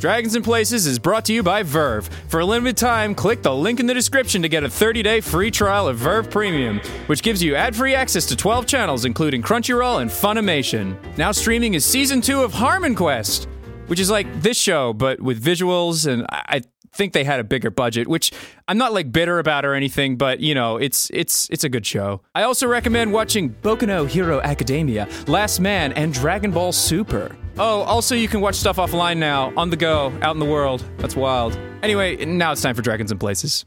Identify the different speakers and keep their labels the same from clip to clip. Speaker 1: Dragons and Places is brought to you by Verve. For a limited time, click the link in the description to get a 30-day free trial of Verve Premium, which gives you ad-free access to 12 channels including Crunchyroll and Funimation. Now streaming is season 2 of Harmon Quest, which is like this show but with visuals and I I think they had a bigger budget, which I'm not like bitter about or anything, but you know, it's it's it's a good show. I also recommend watching Boku no Hero Academia, Last Man, and Dragon Ball Super. Oh, also you can watch stuff offline now, on the go, out in the world. That's wild. Anyway, now it's time for Dragons and Places.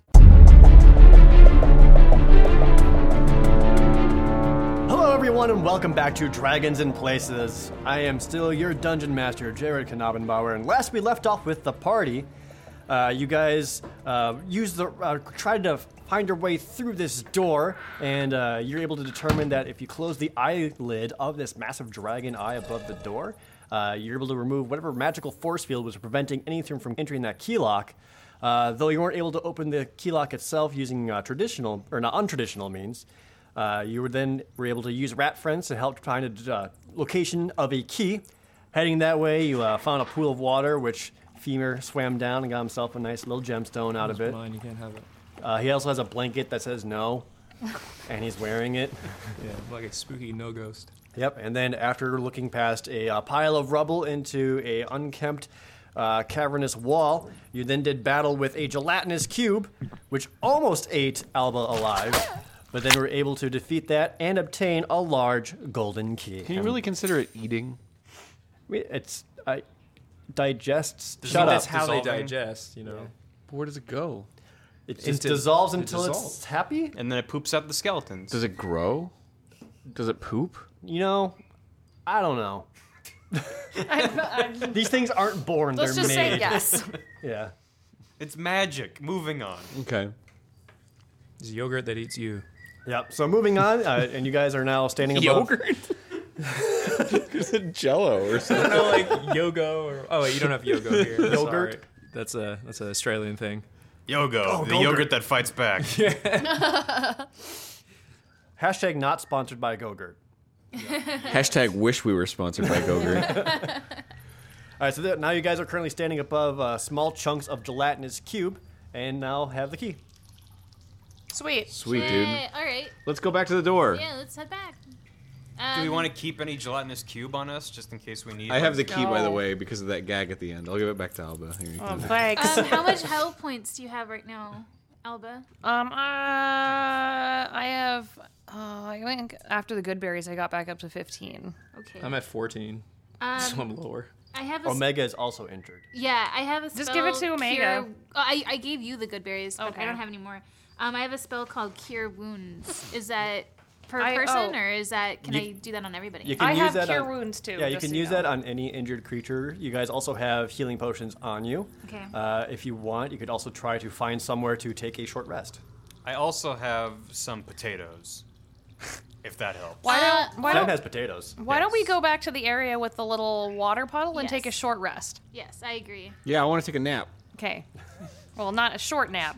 Speaker 2: Hello, everyone, and welcome back to Dragons and Places. I am still your dungeon master, Jared Knabenbauer, and last we left off with the party. Uh, you guys uh, use the uh, tried to find your way through this door, and uh, you're able to determine that if you close the eyelid of this massive dragon eye above the door, uh, you're able to remove whatever magical force field was preventing anything from entering that key lock. Uh, though you weren't able to open the key lock itself using uh, traditional or not untraditional means, uh, you were then were able to use rat friends to help find a d- uh, location of a key. Heading that way, you uh, found a pool of water, which Femur swam down and got himself a nice little gemstone out of it.
Speaker 3: Mine, you can't have it.
Speaker 2: Uh, he also has a blanket that says no, and he's wearing it.
Speaker 3: Yeah, like a spooky no ghost.
Speaker 2: Yep. And then after looking past a uh, pile of rubble into a unkempt, uh, cavernous wall, you then did battle with a gelatinous cube, which almost ate Alba alive, but then were able to defeat that and obtain a large golden key.
Speaker 4: Can you really consider it eating?
Speaker 2: We- It's I digests.
Speaker 3: Does
Speaker 2: Shut
Speaker 3: it-
Speaker 2: up.
Speaker 3: That's how they
Speaker 5: dissolving?
Speaker 3: digest, you know.
Speaker 4: But where does it go?
Speaker 2: It just
Speaker 3: into-
Speaker 2: dissolves
Speaker 3: it
Speaker 2: until it's
Speaker 3: dissolves.
Speaker 2: happy.
Speaker 5: and then it poops out the skeletons.
Speaker 4: Does it grow? Does it poop?
Speaker 2: You know, I don't know. These things aren't born;
Speaker 6: Let's
Speaker 2: they're
Speaker 6: just
Speaker 2: made.
Speaker 6: say yes.
Speaker 2: Yeah.
Speaker 5: It's magic. Moving on.
Speaker 4: Okay.
Speaker 3: It's yogurt that eats you.
Speaker 2: Yep. So moving on, uh, and you guys are now standing above.
Speaker 4: Is it jello or something?
Speaker 3: no, Oh, like yogo or oh wait, you don't have yogo here.
Speaker 2: Yogurt?
Speaker 3: Sorry. That's a that's an Australian thing.
Speaker 4: Oh,
Speaker 5: Yogo, the
Speaker 2: Golgurt.
Speaker 5: yogurt that fights back.
Speaker 2: Hashtag not sponsored by Gogurt.
Speaker 4: Hashtag wish we were sponsored by Gogurt.
Speaker 2: All right. So th- now you guys are currently standing above uh, small chunks of gelatinous cube, and now have the key.
Speaker 6: Sweet.
Speaker 4: Sweet, dude.
Speaker 7: Hey, all right.
Speaker 4: Let's go back to the door.
Speaker 7: Yeah, let's head back.
Speaker 5: Do we want to keep any gelatinous cube on us just in case we need?
Speaker 4: I have the
Speaker 5: one?
Speaker 4: key, by the
Speaker 6: No.
Speaker 4: way, because of that gag at the end. I'll give it back to Alba. Here you
Speaker 6: Oh,
Speaker 4: go.
Speaker 6: thanks.
Speaker 7: Um,
Speaker 6: Um,
Speaker 7: how much health points do you have right now, Alba?
Speaker 6: uh, I have. Oh, I think after the good berries, I got back up to 15.
Speaker 7: Okay.
Speaker 3: I'm at 14, so
Speaker 7: um,
Speaker 3: I'm lower.
Speaker 7: I have a s-
Speaker 2: Omega is also injured.
Speaker 7: yeah. I have a spell.
Speaker 6: Just give it to Omega.
Speaker 7: Cure, oh, I I gave you the good berries, but
Speaker 6: Okay.
Speaker 7: I don't have any more. Um, I have a spell called Cure Wounds. Is that per
Speaker 6: I-
Speaker 7: person,
Speaker 6: oh.
Speaker 7: or is that can
Speaker 2: You-
Speaker 7: I do that on everybody?
Speaker 2: You can
Speaker 6: I
Speaker 2: use
Speaker 6: have
Speaker 2: that
Speaker 6: cure
Speaker 2: on,
Speaker 6: wounds too.
Speaker 2: Yeah, you
Speaker 6: just
Speaker 2: can
Speaker 6: so
Speaker 2: use
Speaker 6: know.
Speaker 2: that on any injured creature. You guys also have healing potions on you.
Speaker 7: Okay.
Speaker 2: Uh, if you want, you could also try to find somewhere to take a short rest.
Speaker 5: I also have some potatoes, if that helps.
Speaker 6: Why don't why
Speaker 2: Sam
Speaker 6: don't,
Speaker 2: has potatoes.
Speaker 6: why don't we go back to the area with the little water puddle and take a
Speaker 7: Yes.
Speaker 6: short rest?
Speaker 7: yes, I agree.
Speaker 4: Yeah, I want to take a nap.
Speaker 6: Okay. Well, not a short nap.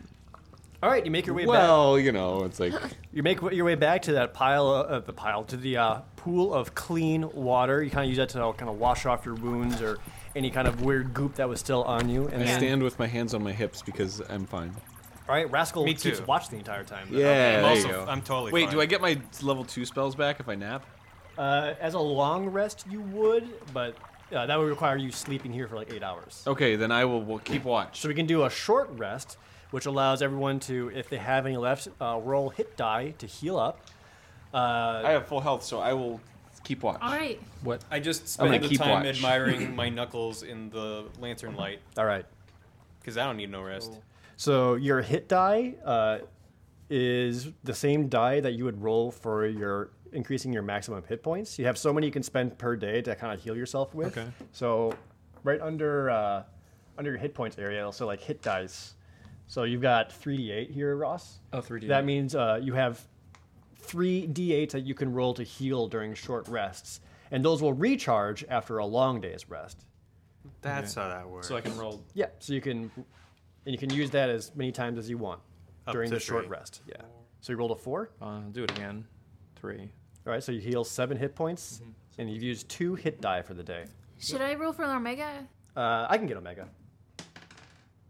Speaker 2: All right, you make your way back.
Speaker 4: Well, you know, it's like
Speaker 2: You make your way back to that pile of uh, the pile to the uh, pool of clean water. You kind of use that to kind of wash off your wounds or any kind of weird goop that was still on you. And
Speaker 4: I
Speaker 2: then,
Speaker 4: stand with my hands on my hips because I'm fine.
Speaker 2: all right, Rascal
Speaker 5: Me
Speaker 2: keeps
Speaker 5: too.
Speaker 2: watch the entire time. though.
Speaker 4: Yeah,
Speaker 5: I'm
Speaker 4: there
Speaker 5: also,
Speaker 4: you go.
Speaker 5: I'm totally.
Speaker 4: Wait,
Speaker 5: fine.
Speaker 4: do I get my level two spells back if I nap?
Speaker 2: Uh, as a long rest, you would, but uh, that would require you sleeping here for like eight hours.
Speaker 4: Okay, then I will will keep watch.
Speaker 2: So we can do a short rest, which allows everyone to, if they have any left, uh, roll hit die to heal up.
Speaker 4: I have full health, so I will keep watch.
Speaker 7: All right.
Speaker 3: What?
Speaker 5: I just
Speaker 4: I'm gonna
Speaker 5: spent the
Speaker 4: keep
Speaker 5: time
Speaker 4: watch.
Speaker 5: admiring my knuckles in the lantern light
Speaker 2: All right.
Speaker 5: because I don't need no rest.
Speaker 4: Oh.
Speaker 2: So your hit die uh, is the same die that you would roll for your increasing your maximum hit points. You have so many you can spend per day to kind of heal yourself with.
Speaker 3: Okay.
Speaker 2: So right under uh, under your hit points area, also like hit dice. So you've got three d8 here, Ross.
Speaker 3: Oh, 3D.
Speaker 2: That means uh, you have three d8s that you can roll to heal during short rests, and those will recharge after a long day's rest.
Speaker 5: That's how that works.
Speaker 3: so I can roll.
Speaker 2: Yeah, so you can, and you can use that as many times as you want
Speaker 5: Up
Speaker 2: during
Speaker 5: to
Speaker 2: the short
Speaker 5: three.
Speaker 2: rest. Yeah. So you rolled a four. All
Speaker 3: Uh, do it again. Three.
Speaker 2: right, so you heal seven hit points,
Speaker 5: Mm-hmm.
Speaker 2: and you've used two hit die for the day.
Speaker 7: Should I roll for Omega?
Speaker 2: Uh, I can get Omega.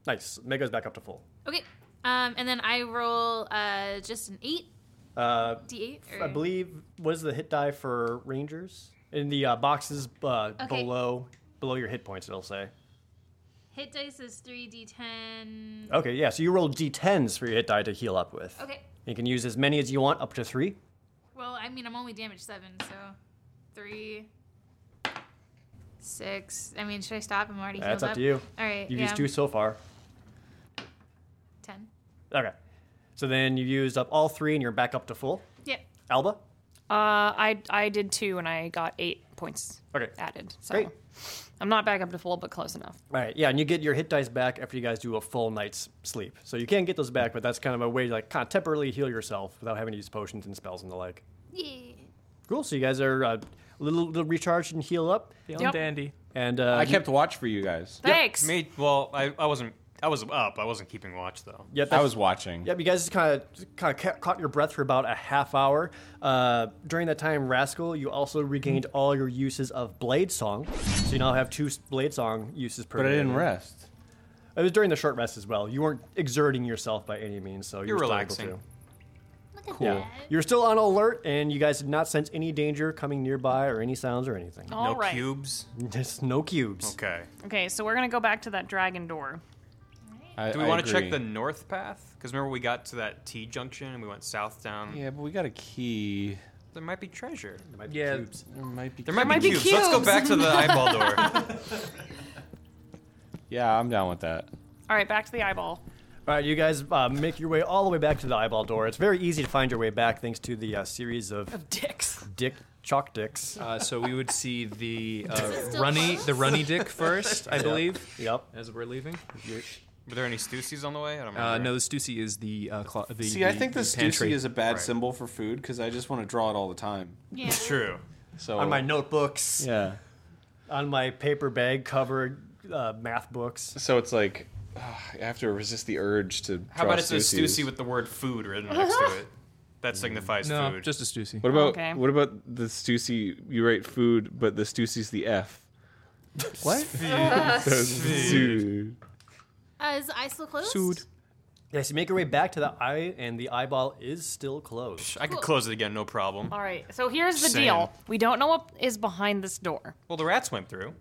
Speaker 2: Nice. Meg goes back up to full.
Speaker 7: Okay. Um, and then I roll uh, just an eight
Speaker 2: Uh,
Speaker 7: d8. Or...
Speaker 2: I believe what is the hit die for rangers in the uh, boxes uh,
Speaker 7: Okay.
Speaker 2: below below your hit points. It'll say.
Speaker 7: Hit dice is three d10.
Speaker 2: Okay, yeah. So you roll d10s for your hit die to heal up
Speaker 6: Oh.
Speaker 2: with.
Speaker 7: Okay.
Speaker 2: You can use as many as you want, up to three.
Speaker 7: Well, I mean, I'm only damage seven, so three, six. I mean, should I stop? I'm already.
Speaker 2: That's
Speaker 7: healed
Speaker 2: up to you.
Speaker 7: All right.
Speaker 2: You've
Speaker 7: yeah.
Speaker 2: used two so far.
Speaker 7: Ten.
Speaker 2: Okay. So then you used up all three, and you're back up to full.
Speaker 7: Yep.
Speaker 2: Alba.
Speaker 6: Uh, I I did two and I got eight points
Speaker 2: Okay.
Speaker 6: added. So
Speaker 2: Great.
Speaker 6: I'm not back up to full, but close enough.
Speaker 2: All right. Yeah, and you get your hit dice back after you guys do a full night's sleep. So you can get those back, but that's kind of a way to like kind of temporarily heal yourself without having to use potions and spells and the like.
Speaker 7: Yeah.
Speaker 2: Cool. So you guys are uh, a little, little recharged and heal up,
Speaker 3: Feeling
Speaker 6: Yep.
Speaker 3: dandy.
Speaker 2: and uh,
Speaker 4: I kept watch for you guys.
Speaker 6: Thanks.
Speaker 5: Me, well, I, I wasn't. I was up. I wasn't keeping watch though.
Speaker 2: Yep,
Speaker 4: I was watching.
Speaker 2: Yep, you guys kind of kind of ca- caught your breath for about a half hour. Uh, during that time, Rascal, you also regained
Speaker 4: Hmm.
Speaker 2: all your uses of Blade Song, so you now have two s- Blade Song uses per.
Speaker 4: But I
Speaker 2: day.
Speaker 4: didn't rest.
Speaker 2: It was during the short rest as well. You weren't exerting yourself by any means, so you
Speaker 5: You're
Speaker 2: were still able
Speaker 5: relaxing.
Speaker 2: to.
Speaker 7: Look at
Speaker 2: Yeah,
Speaker 7: that.
Speaker 2: you're still on alert, and you guys did not sense any danger coming nearby or any sounds or anything.
Speaker 6: All
Speaker 5: no
Speaker 6: right.
Speaker 5: cubes.
Speaker 2: Just no cubes.
Speaker 5: Okay.
Speaker 6: Okay, so we're gonna go back to that dragon door.
Speaker 4: I,
Speaker 5: Do we
Speaker 4: I
Speaker 5: want to check
Speaker 4: agree.
Speaker 5: the north path? Because remember we got to that T junction and we went south down.
Speaker 4: Yeah, but we got a key.
Speaker 5: There might be treasure.
Speaker 2: There might be
Speaker 3: Yeah.
Speaker 2: cubes.
Speaker 4: There might be.
Speaker 5: There might,
Speaker 6: might
Speaker 5: be,
Speaker 6: be
Speaker 5: cubes. Let's go
Speaker 6: cubes.
Speaker 5: back to the eyeball door.
Speaker 4: Yeah, I'm down with that.
Speaker 6: All right, back to the eyeball.
Speaker 2: All right, you guys uh, make your way all the way back to the eyeball door. It's very easy to find your way back thanks to the uh, series of
Speaker 6: Dicks.
Speaker 2: dick chalk dicks.
Speaker 3: Uh, so we would see the uh,
Speaker 7: still
Speaker 3: runny,
Speaker 7: close?
Speaker 3: the runny dick first, I believe,
Speaker 2: Yep.
Speaker 3: as we're leaving.
Speaker 5: Were there any Stussies on the way? I don't remember.
Speaker 3: Uh, no, the Stussy is the uh, clo- the.
Speaker 4: See, I think the
Speaker 3: pantry.
Speaker 4: Stussy is a bad
Speaker 5: Right.
Speaker 4: symbol for food because I just want to draw it all the time.
Speaker 7: Yeah.
Speaker 5: True.
Speaker 4: So
Speaker 2: on my notebooks,
Speaker 4: yeah.
Speaker 2: on my paper bag covered uh, math books.
Speaker 4: So it's like ah, I have to resist the urge to.
Speaker 5: How
Speaker 4: draw
Speaker 5: about it's a
Speaker 4: Stussies.
Speaker 5: Stussy with the word food written next to it? That signifies
Speaker 3: no,
Speaker 5: food.
Speaker 3: just a Stussy.
Speaker 4: What about
Speaker 6: Okay.
Speaker 4: what about the Stussy? You write food, but the Stussy's the F.
Speaker 3: What?
Speaker 4: So it's zoo.
Speaker 7: Uh, is the eye still closed?
Speaker 3: Sued.
Speaker 2: Yes, you make your way back to the eye, and the eyeball is still closed.
Speaker 5: I could close it again, no problem.
Speaker 6: All right, so here's the
Speaker 5: Same.
Speaker 6: deal. We don't know what is behind this door.
Speaker 5: Well, the rats went through.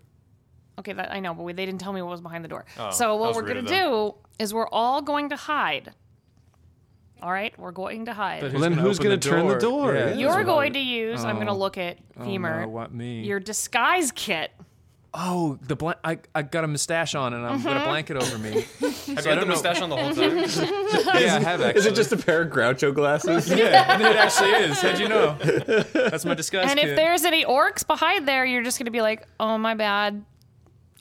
Speaker 6: Okay, that I know, but we, they didn't tell me what was behind the door.
Speaker 5: Oh,
Speaker 6: so
Speaker 5: that
Speaker 6: what
Speaker 5: was
Speaker 6: we're
Speaker 5: rude
Speaker 6: gonna
Speaker 5: of
Speaker 6: do is we're all going to hide. All right, we're going to hide.
Speaker 3: But
Speaker 4: Well, then who's
Speaker 3: gonna
Speaker 4: gonna turn the
Speaker 3: open
Speaker 4: door? Yeah.
Speaker 6: You're going to use. I'm
Speaker 5: Oh.
Speaker 6: gonna look at
Speaker 3: Oh,
Speaker 6: Femur.
Speaker 3: no, what me?
Speaker 6: Your disguise kit.
Speaker 3: Oh, the blan- I I got a mustache on and I'm
Speaker 6: Mm-hmm.
Speaker 3: got a blanket over me.
Speaker 5: Have you had the mustache on the whole time?
Speaker 3: yeah, I have actually.
Speaker 4: Is it just a pair of Groucho glasses?
Speaker 3: yeah, it actually is. How'd you know? That's my disguise.
Speaker 6: and if
Speaker 3: kit.
Speaker 6: there's any orcs behind there, you're just gonna be like, "Oh my bad,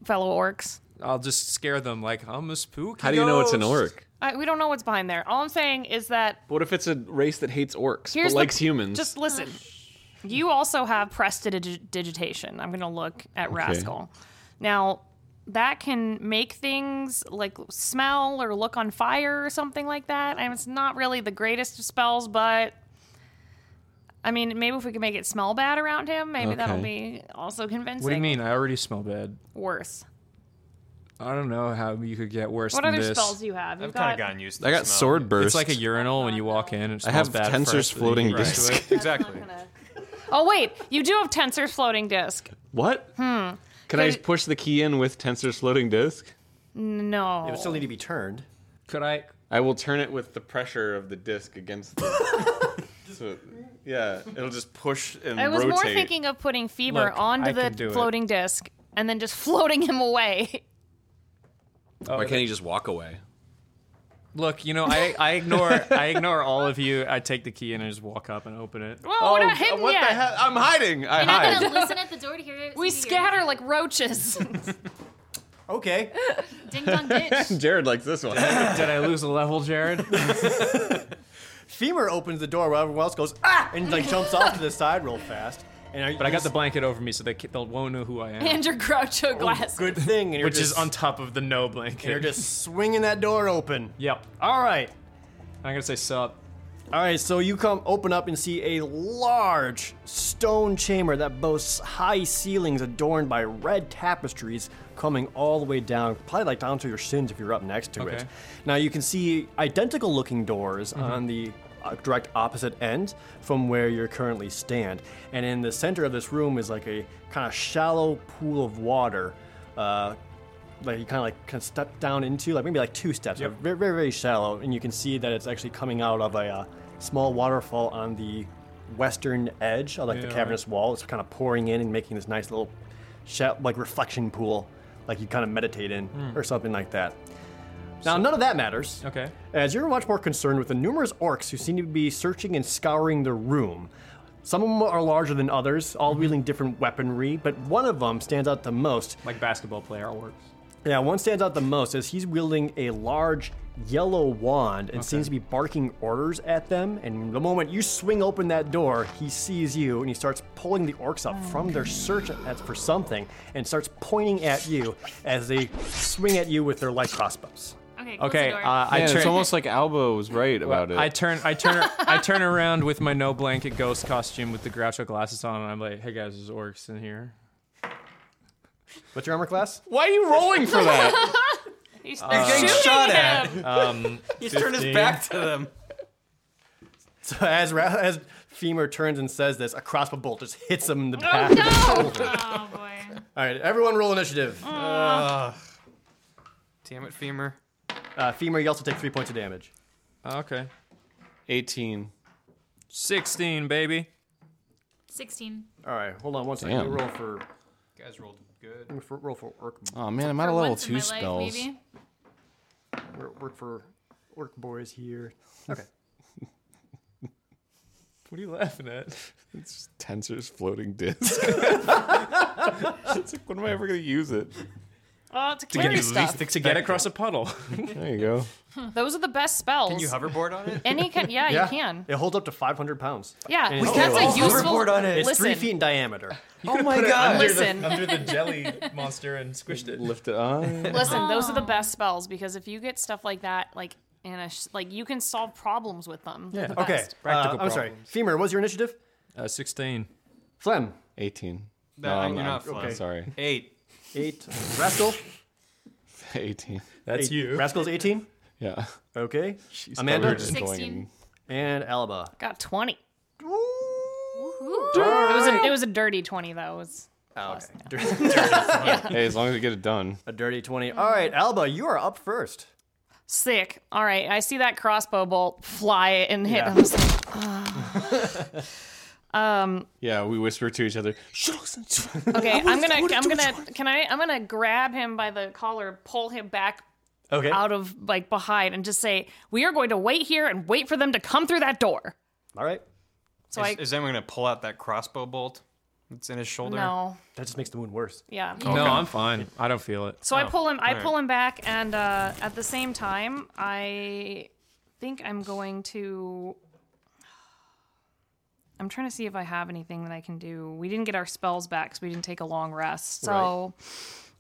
Speaker 6: fellow orcs."
Speaker 3: I'll just scare them like I'm a spooky.
Speaker 4: How do you know it's an
Speaker 3: ghost."
Speaker 4: orc?
Speaker 6: I, we don't know what's behind there. All I'm saying is that
Speaker 4: What if it's a race that hates orcs
Speaker 6: here's
Speaker 4: but
Speaker 6: the-
Speaker 4: likes humans?
Speaker 6: Just listen. You also have prestidigitation. I'm gonna look at Rascal. Now that can make things like smell or look on fire or something like that. And it's not really the greatest of spells, but I mean, maybe if we can make it smell bad around him, maybe that'll be also convincing.
Speaker 3: What do you mean? I already smell bad.
Speaker 6: Worse.
Speaker 3: I don't know how you could get worse
Speaker 6: What
Speaker 3: than
Speaker 6: other
Speaker 3: this.
Speaker 6: spells do you have? You've
Speaker 5: I've kind of gotten used to
Speaker 4: I
Speaker 5: the
Speaker 4: got
Speaker 5: smell.
Speaker 4: sword burst.
Speaker 3: It's like a urinal when you walk in. It
Speaker 4: I have
Speaker 3: smells bad
Speaker 4: tensors
Speaker 3: first, but you
Speaker 4: floating
Speaker 3: get used
Speaker 4: disc.
Speaker 3: to it.
Speaker 5: Exactly.
Speaker 6: Oh wait, you do have tensor floating disk.
Speaker 4: What? Hmm. Can I just push the key in with tensor's floating disk?
Speaker 6: No.
Speaker 2: It would still need to be turned.
Speaker 3: Could I?
Speaker 4: I will turn it with the pressure of the disc against the. so, yeah, it'll just push and
Speaker 6: I was
Speaker 4: rotate.
Speaker 6: more thinking of putting Fever
Speaker 3: Look, I
Speaker 6: onto
Speaker 3: can do
Speaker 6: the
Speaker 3: it.
Speaker 6: floating disc and then just floating him away.
Speaker 4: Why can't he just walk away?
Speaker 3: Look, you know, I, I ignore I ignore all of you. I take the key and I just walk up and open it.
Speaker 6: Whoa, we're not hidden
Speaker 4: what
Speaker 6: yet.
Speaker 4: the hell? I'm hiding. I
Speaker 7: You're not
Speaker 4: hide.
Speaker 7: gonna listen at the door to hear it.
Speaker 6: We
Speaker 7: see you.
Speaker 6: scatter like roaches.
Speaker 2: Okay.
Speaker 7: Ding dong ditch.
Speaker 4: Jared likes this one.
Speaker 3: Did I lose a level, Jared?
Speaker 2: Femur opens the door while everyone else goes ah and like jumps off to the side real fast. And are,
Speaker 3: But I got the blanket over me, so they they won't know who I am,
Speaker 6: and your Groucho glass.
Speaker 2: good thing, and you're
Speaker 3: which is
Speaker 2: just-
Speaker 3: on top of the no
Speaker 2: and you're
Speaker 3: blanket.
Speaker 2: just swinging that door open.
Speaker 3: Yep.
Speaker 2: All right.
Speaker 3: I'm gonna say sup.
Speaker 2: All right, so you come open up and see a large stone chamber that boasts high ceilings adorned by red tapestries coming all the way down, probably like down to your shins if you're up next to it.
Speaker 3: Okay.
Speaker 2: Now you can see identical looking doors on the uh, direct opposite end from where you currently stand. And in the center of this room is like a kind of shallow pool of water. Uh, like you kind of like kind of step down into like maybe like two steps like, very, very very shallow and you can see that it's actually coming out of a uh, small waterfall on the western edge of like the
Speaker 3: Yeah,
Speaker 2: cavernous wall it's kind of pouring in and making this nice little sha- like reflection pool like you kind of meditate in or something like that now none of that matters
Speaker 3: Hmm. Okay.
Speaker 2: as you're much more concerned with the numerous orcs who seem to be searching and scouring the room. Some of them are larger than others, all
Speaker 3: Mm-hmm.
Speaker 2: wielding different weaponry, but one of them stands out the most.
Speaker 3: Like basketball player works.
Speaker 2: Yeah, one stands out the most as he's wielding a large yellow wand and seems to be barking orders at them. And the moment you swing open that door, he sees you and he starts pulling the orcs up
Speaker 6: Oh,
Speaker 2: from their search as for something and starts pointing at you as they swing at you with their light crossbows.
Speaker 7: Okay. Close
Speaker 3: Okay,
Speaker 7: The
Speaker 3: uh,
Speaker 7: door.
Speaker 3: I
Speaker 4: Man,
Speaker 3: turn.
Speaker 4: it's almost like Albo was right about it.
Speaker 3: I turn. I turn. I turn around with my no blanket ghost costume with the Groucho glasses on, and I'm like, "Hey guys, there's orcs in here."
Speaker 2: What's your armor class?
Speaker 4: Why are you rolling for that?
Speaker 6: He's
Speaker 5: getting
Speaker 6: shooting
Speaker 5: shot
Speaker 6: him.
Speaker 5: at. He's turned his back to them.
Speaker 2: So as Ra- as Femur turns and says this, a crossbow bolt just hits him in the
Speaker 6: Oh
Speaker 2: back.
Speaker 6: no!
Speaker 7: oh boy.
Speaker 2: All right, everyone, roll initiative.
Speaker 6: Mm.
Speaker 5: Damn it, femur.
Speaker 2: Uh, Femur, you also take three points of damage.
Speaker 3: Oh, Okay.
Speaker 4: 18.
Speaker 3: Sixteen, baby.
Speaker 7: Sixteen.
Speaker 2: All right, hold on one second.
Speaker 4: Damn.
Speaker 2: Let me Roll for,
Speaker 5: You guys rolled good.
Speaker 2: for roll for orc
Speaker 4: Oh man, I'm out
Speaker 7: For
Speaker 4: of level
Speaker 7: once in
Speaker 4: two
Speaker 7: my life,
Speaker 4: spells.
Speaker 7: maybe.
Speaker 2: work for orc boys here. Okay.
Speaker 3: What are you laughing at?
Speaker 4: It's Tensor's floating disc. it's like, when am I ever gonna use it?
Speaker 6: Oh, to carry stuff.
Speaker 3: to get across a puddle.
Speaker 4: There you go.
Speaker 6: Those are the best spells.
Speaker 5: Can you hoverboard on it?
Speaker 6: Any can, yeah,
Speaker 2: Yeah,
Speaker 6: you can.
Speaker 2: It holds up to 500 pounds.
Speaker 6: Yeah,
Speaker 2: it's
Speaker 6: that's
Speaker 2: yellow.
Speaker 6: a useful.
Speaker 5: Hoverboard on it.
Speaker 2: It's
Speaker 6: Listen,
Speaker 2: three feet in diameter.
Speaker 5: Oh my god.
Speaker 6: listen,
Speaker 3: the jelly monster and squished it.
Speaker 4: Lift it on.
Speaker 6: listen. Those are the best spells because if you get stuff like that, like in a sh- like, you can solve problems with them. They're the
Speaker 2: Okay.
Speaker 6: best.
Speaker 2: Practical I'm sorry. Femur, what was your initiative?
Speaker 3: Uh, Sixteen.
Speaker 2: Flem.
Speaker 4: 18.
Speaker 5: No, you're
Speaker 4: I'm-
Speaker 5: not flying.
Speaker 4: Sorry.
Speaker 5: Eight.
Speaker 2: Eight. Rascal.
Speaker 4: 18.
Speaker 3: That's
Speaker 2: Eight. Rascal's 18.
Speaker 4: Yeah.
Speaker 2: Okay.
Speaker 4: She's
Speaker 2: Amanda?
Speaker 7: Sixteen.
Speaker 2: And Alba.
Speaker 6: Got twenty.
Speaker 7: Ooh.
Speaker 6: It was a it was a dirty twenty though. It was
Speaker 2: Oh,
Speaker 6: Plus,
Speaker 2: okay.
Speaker 4: Hey, as long as you get it done.
Speaker 2: a dirty 20. All right, Alba, you are up first.
Speaker 6: sick. All right, I see that crossbow bolt fly and hit.
Speaker 2: Yeah.
Speaker 6: I was like,
Speaker 4: Yeah, we whisper to each other.
Speaker 6: okay, I'm gonna I'm gonna can I I'm gonna grab him by the collar, pull him back
Speaker 2: Okay.
Speaker 6: out of like behind, and just say, "We are going to wait here and wait for them to come through that door."
Speaker 2: All right.
Speaker 6: So I
Speaker 5: Is, is anyone gonna pull out that crossbow bolt that's in his shoulder?
Speaker 6: no,
Speaker 2: That just makes the wound worse.
Speaker 6: yeah.
Speaker 3: No, I'm fine. I don't feel it.
Speaker 6: So I pull him. I
Speaker 5: alright.
Speaker 6: pull him back, and uh, at the same time, I think I'm going to. I'm trying to see if I have anything that I can do. We didn't get our spells back, so we didn't take a long rest. So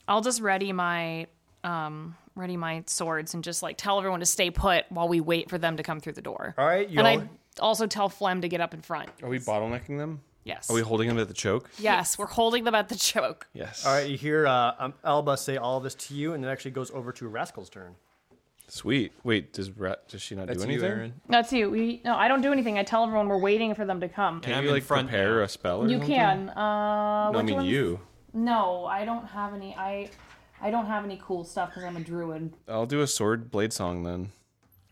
Speaker 6: I'll just ready my um, ready my swords and just like tell everyone to stay put while we wait for them to come through the door.
Speaker 2: All right, you
Speaker 6: and
Speaker 2: all-
Speaker 6: I also tell Flem to get up in front.
Speaker 4: Are we bottlenecking them?
Speaker 6: Yes.
Speaker 4: Oh, Are we holding them at the choke?
Speaker 6: yes, we're holding them at the choke.
Speaker 4: Yes.
Speaker 2: All right, you hear uh, um, Alba say all this to you, and it actually goes over to Rascal's turn.
Speaker 4: Sweet. Wait, does Rat, does she not do anything?
Speaker 6: That's you. We no, I don't do anything. I tell everyone we're waiting for them to come.
Speaker 4: Can
Speaker 5: I'm
Speaker 4: you
Speaker 5: in
Speaker 4: like
Speaker 5: front
Speaker 4: prepare a spell or
Speaker 6: You
Speaker 4: something?
Speaker 6: can. Uh,
Speaker 4: No, I
Speaker 6: which
Speaker 4: mean
Speaker 6: ones-
Speaker 4: you.
Speaker 6: No, I don't have any. I I don't have any cool stuff because I'm a druid.
Speaker 4: I'll do a sword blade song then.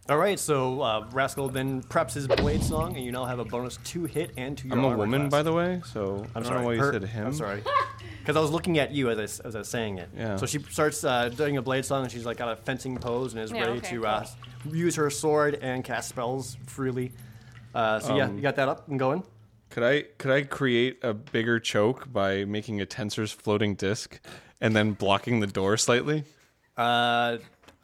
Speaker 2: All right, so uh, Rascal then preps his blade song, and you now have a bonus two hit and to your.
Speaker 4: I'm a
Speaker 2: armor
Speaker 4: woman,
Speaker 2: class.
Speaker 4: by the way, so I don't know why you
Speaker 2: Her-
Speaker 4: said him.
Speaker 2: I'm sorry, because I was looking at you as I, s- as I was saying it.
Speaker 4: Yeah.
Speaker 2: So she starts uh, doing a blade song, and she's like got a fencing pose and is
Speaker 6: Yeah,
Speaker 2: ready
Speaker 6: okay,
Speaker 2: to uh, use her sword and cast spells freely. Uh, so
Speaker 4: Um,
Speaker 2: yeah, you got that up and going.
Speaker 4: Could I could I create a bigger choke by making a tensor's floating disc and then blocking the door slightly?
Speaker 2: Uh,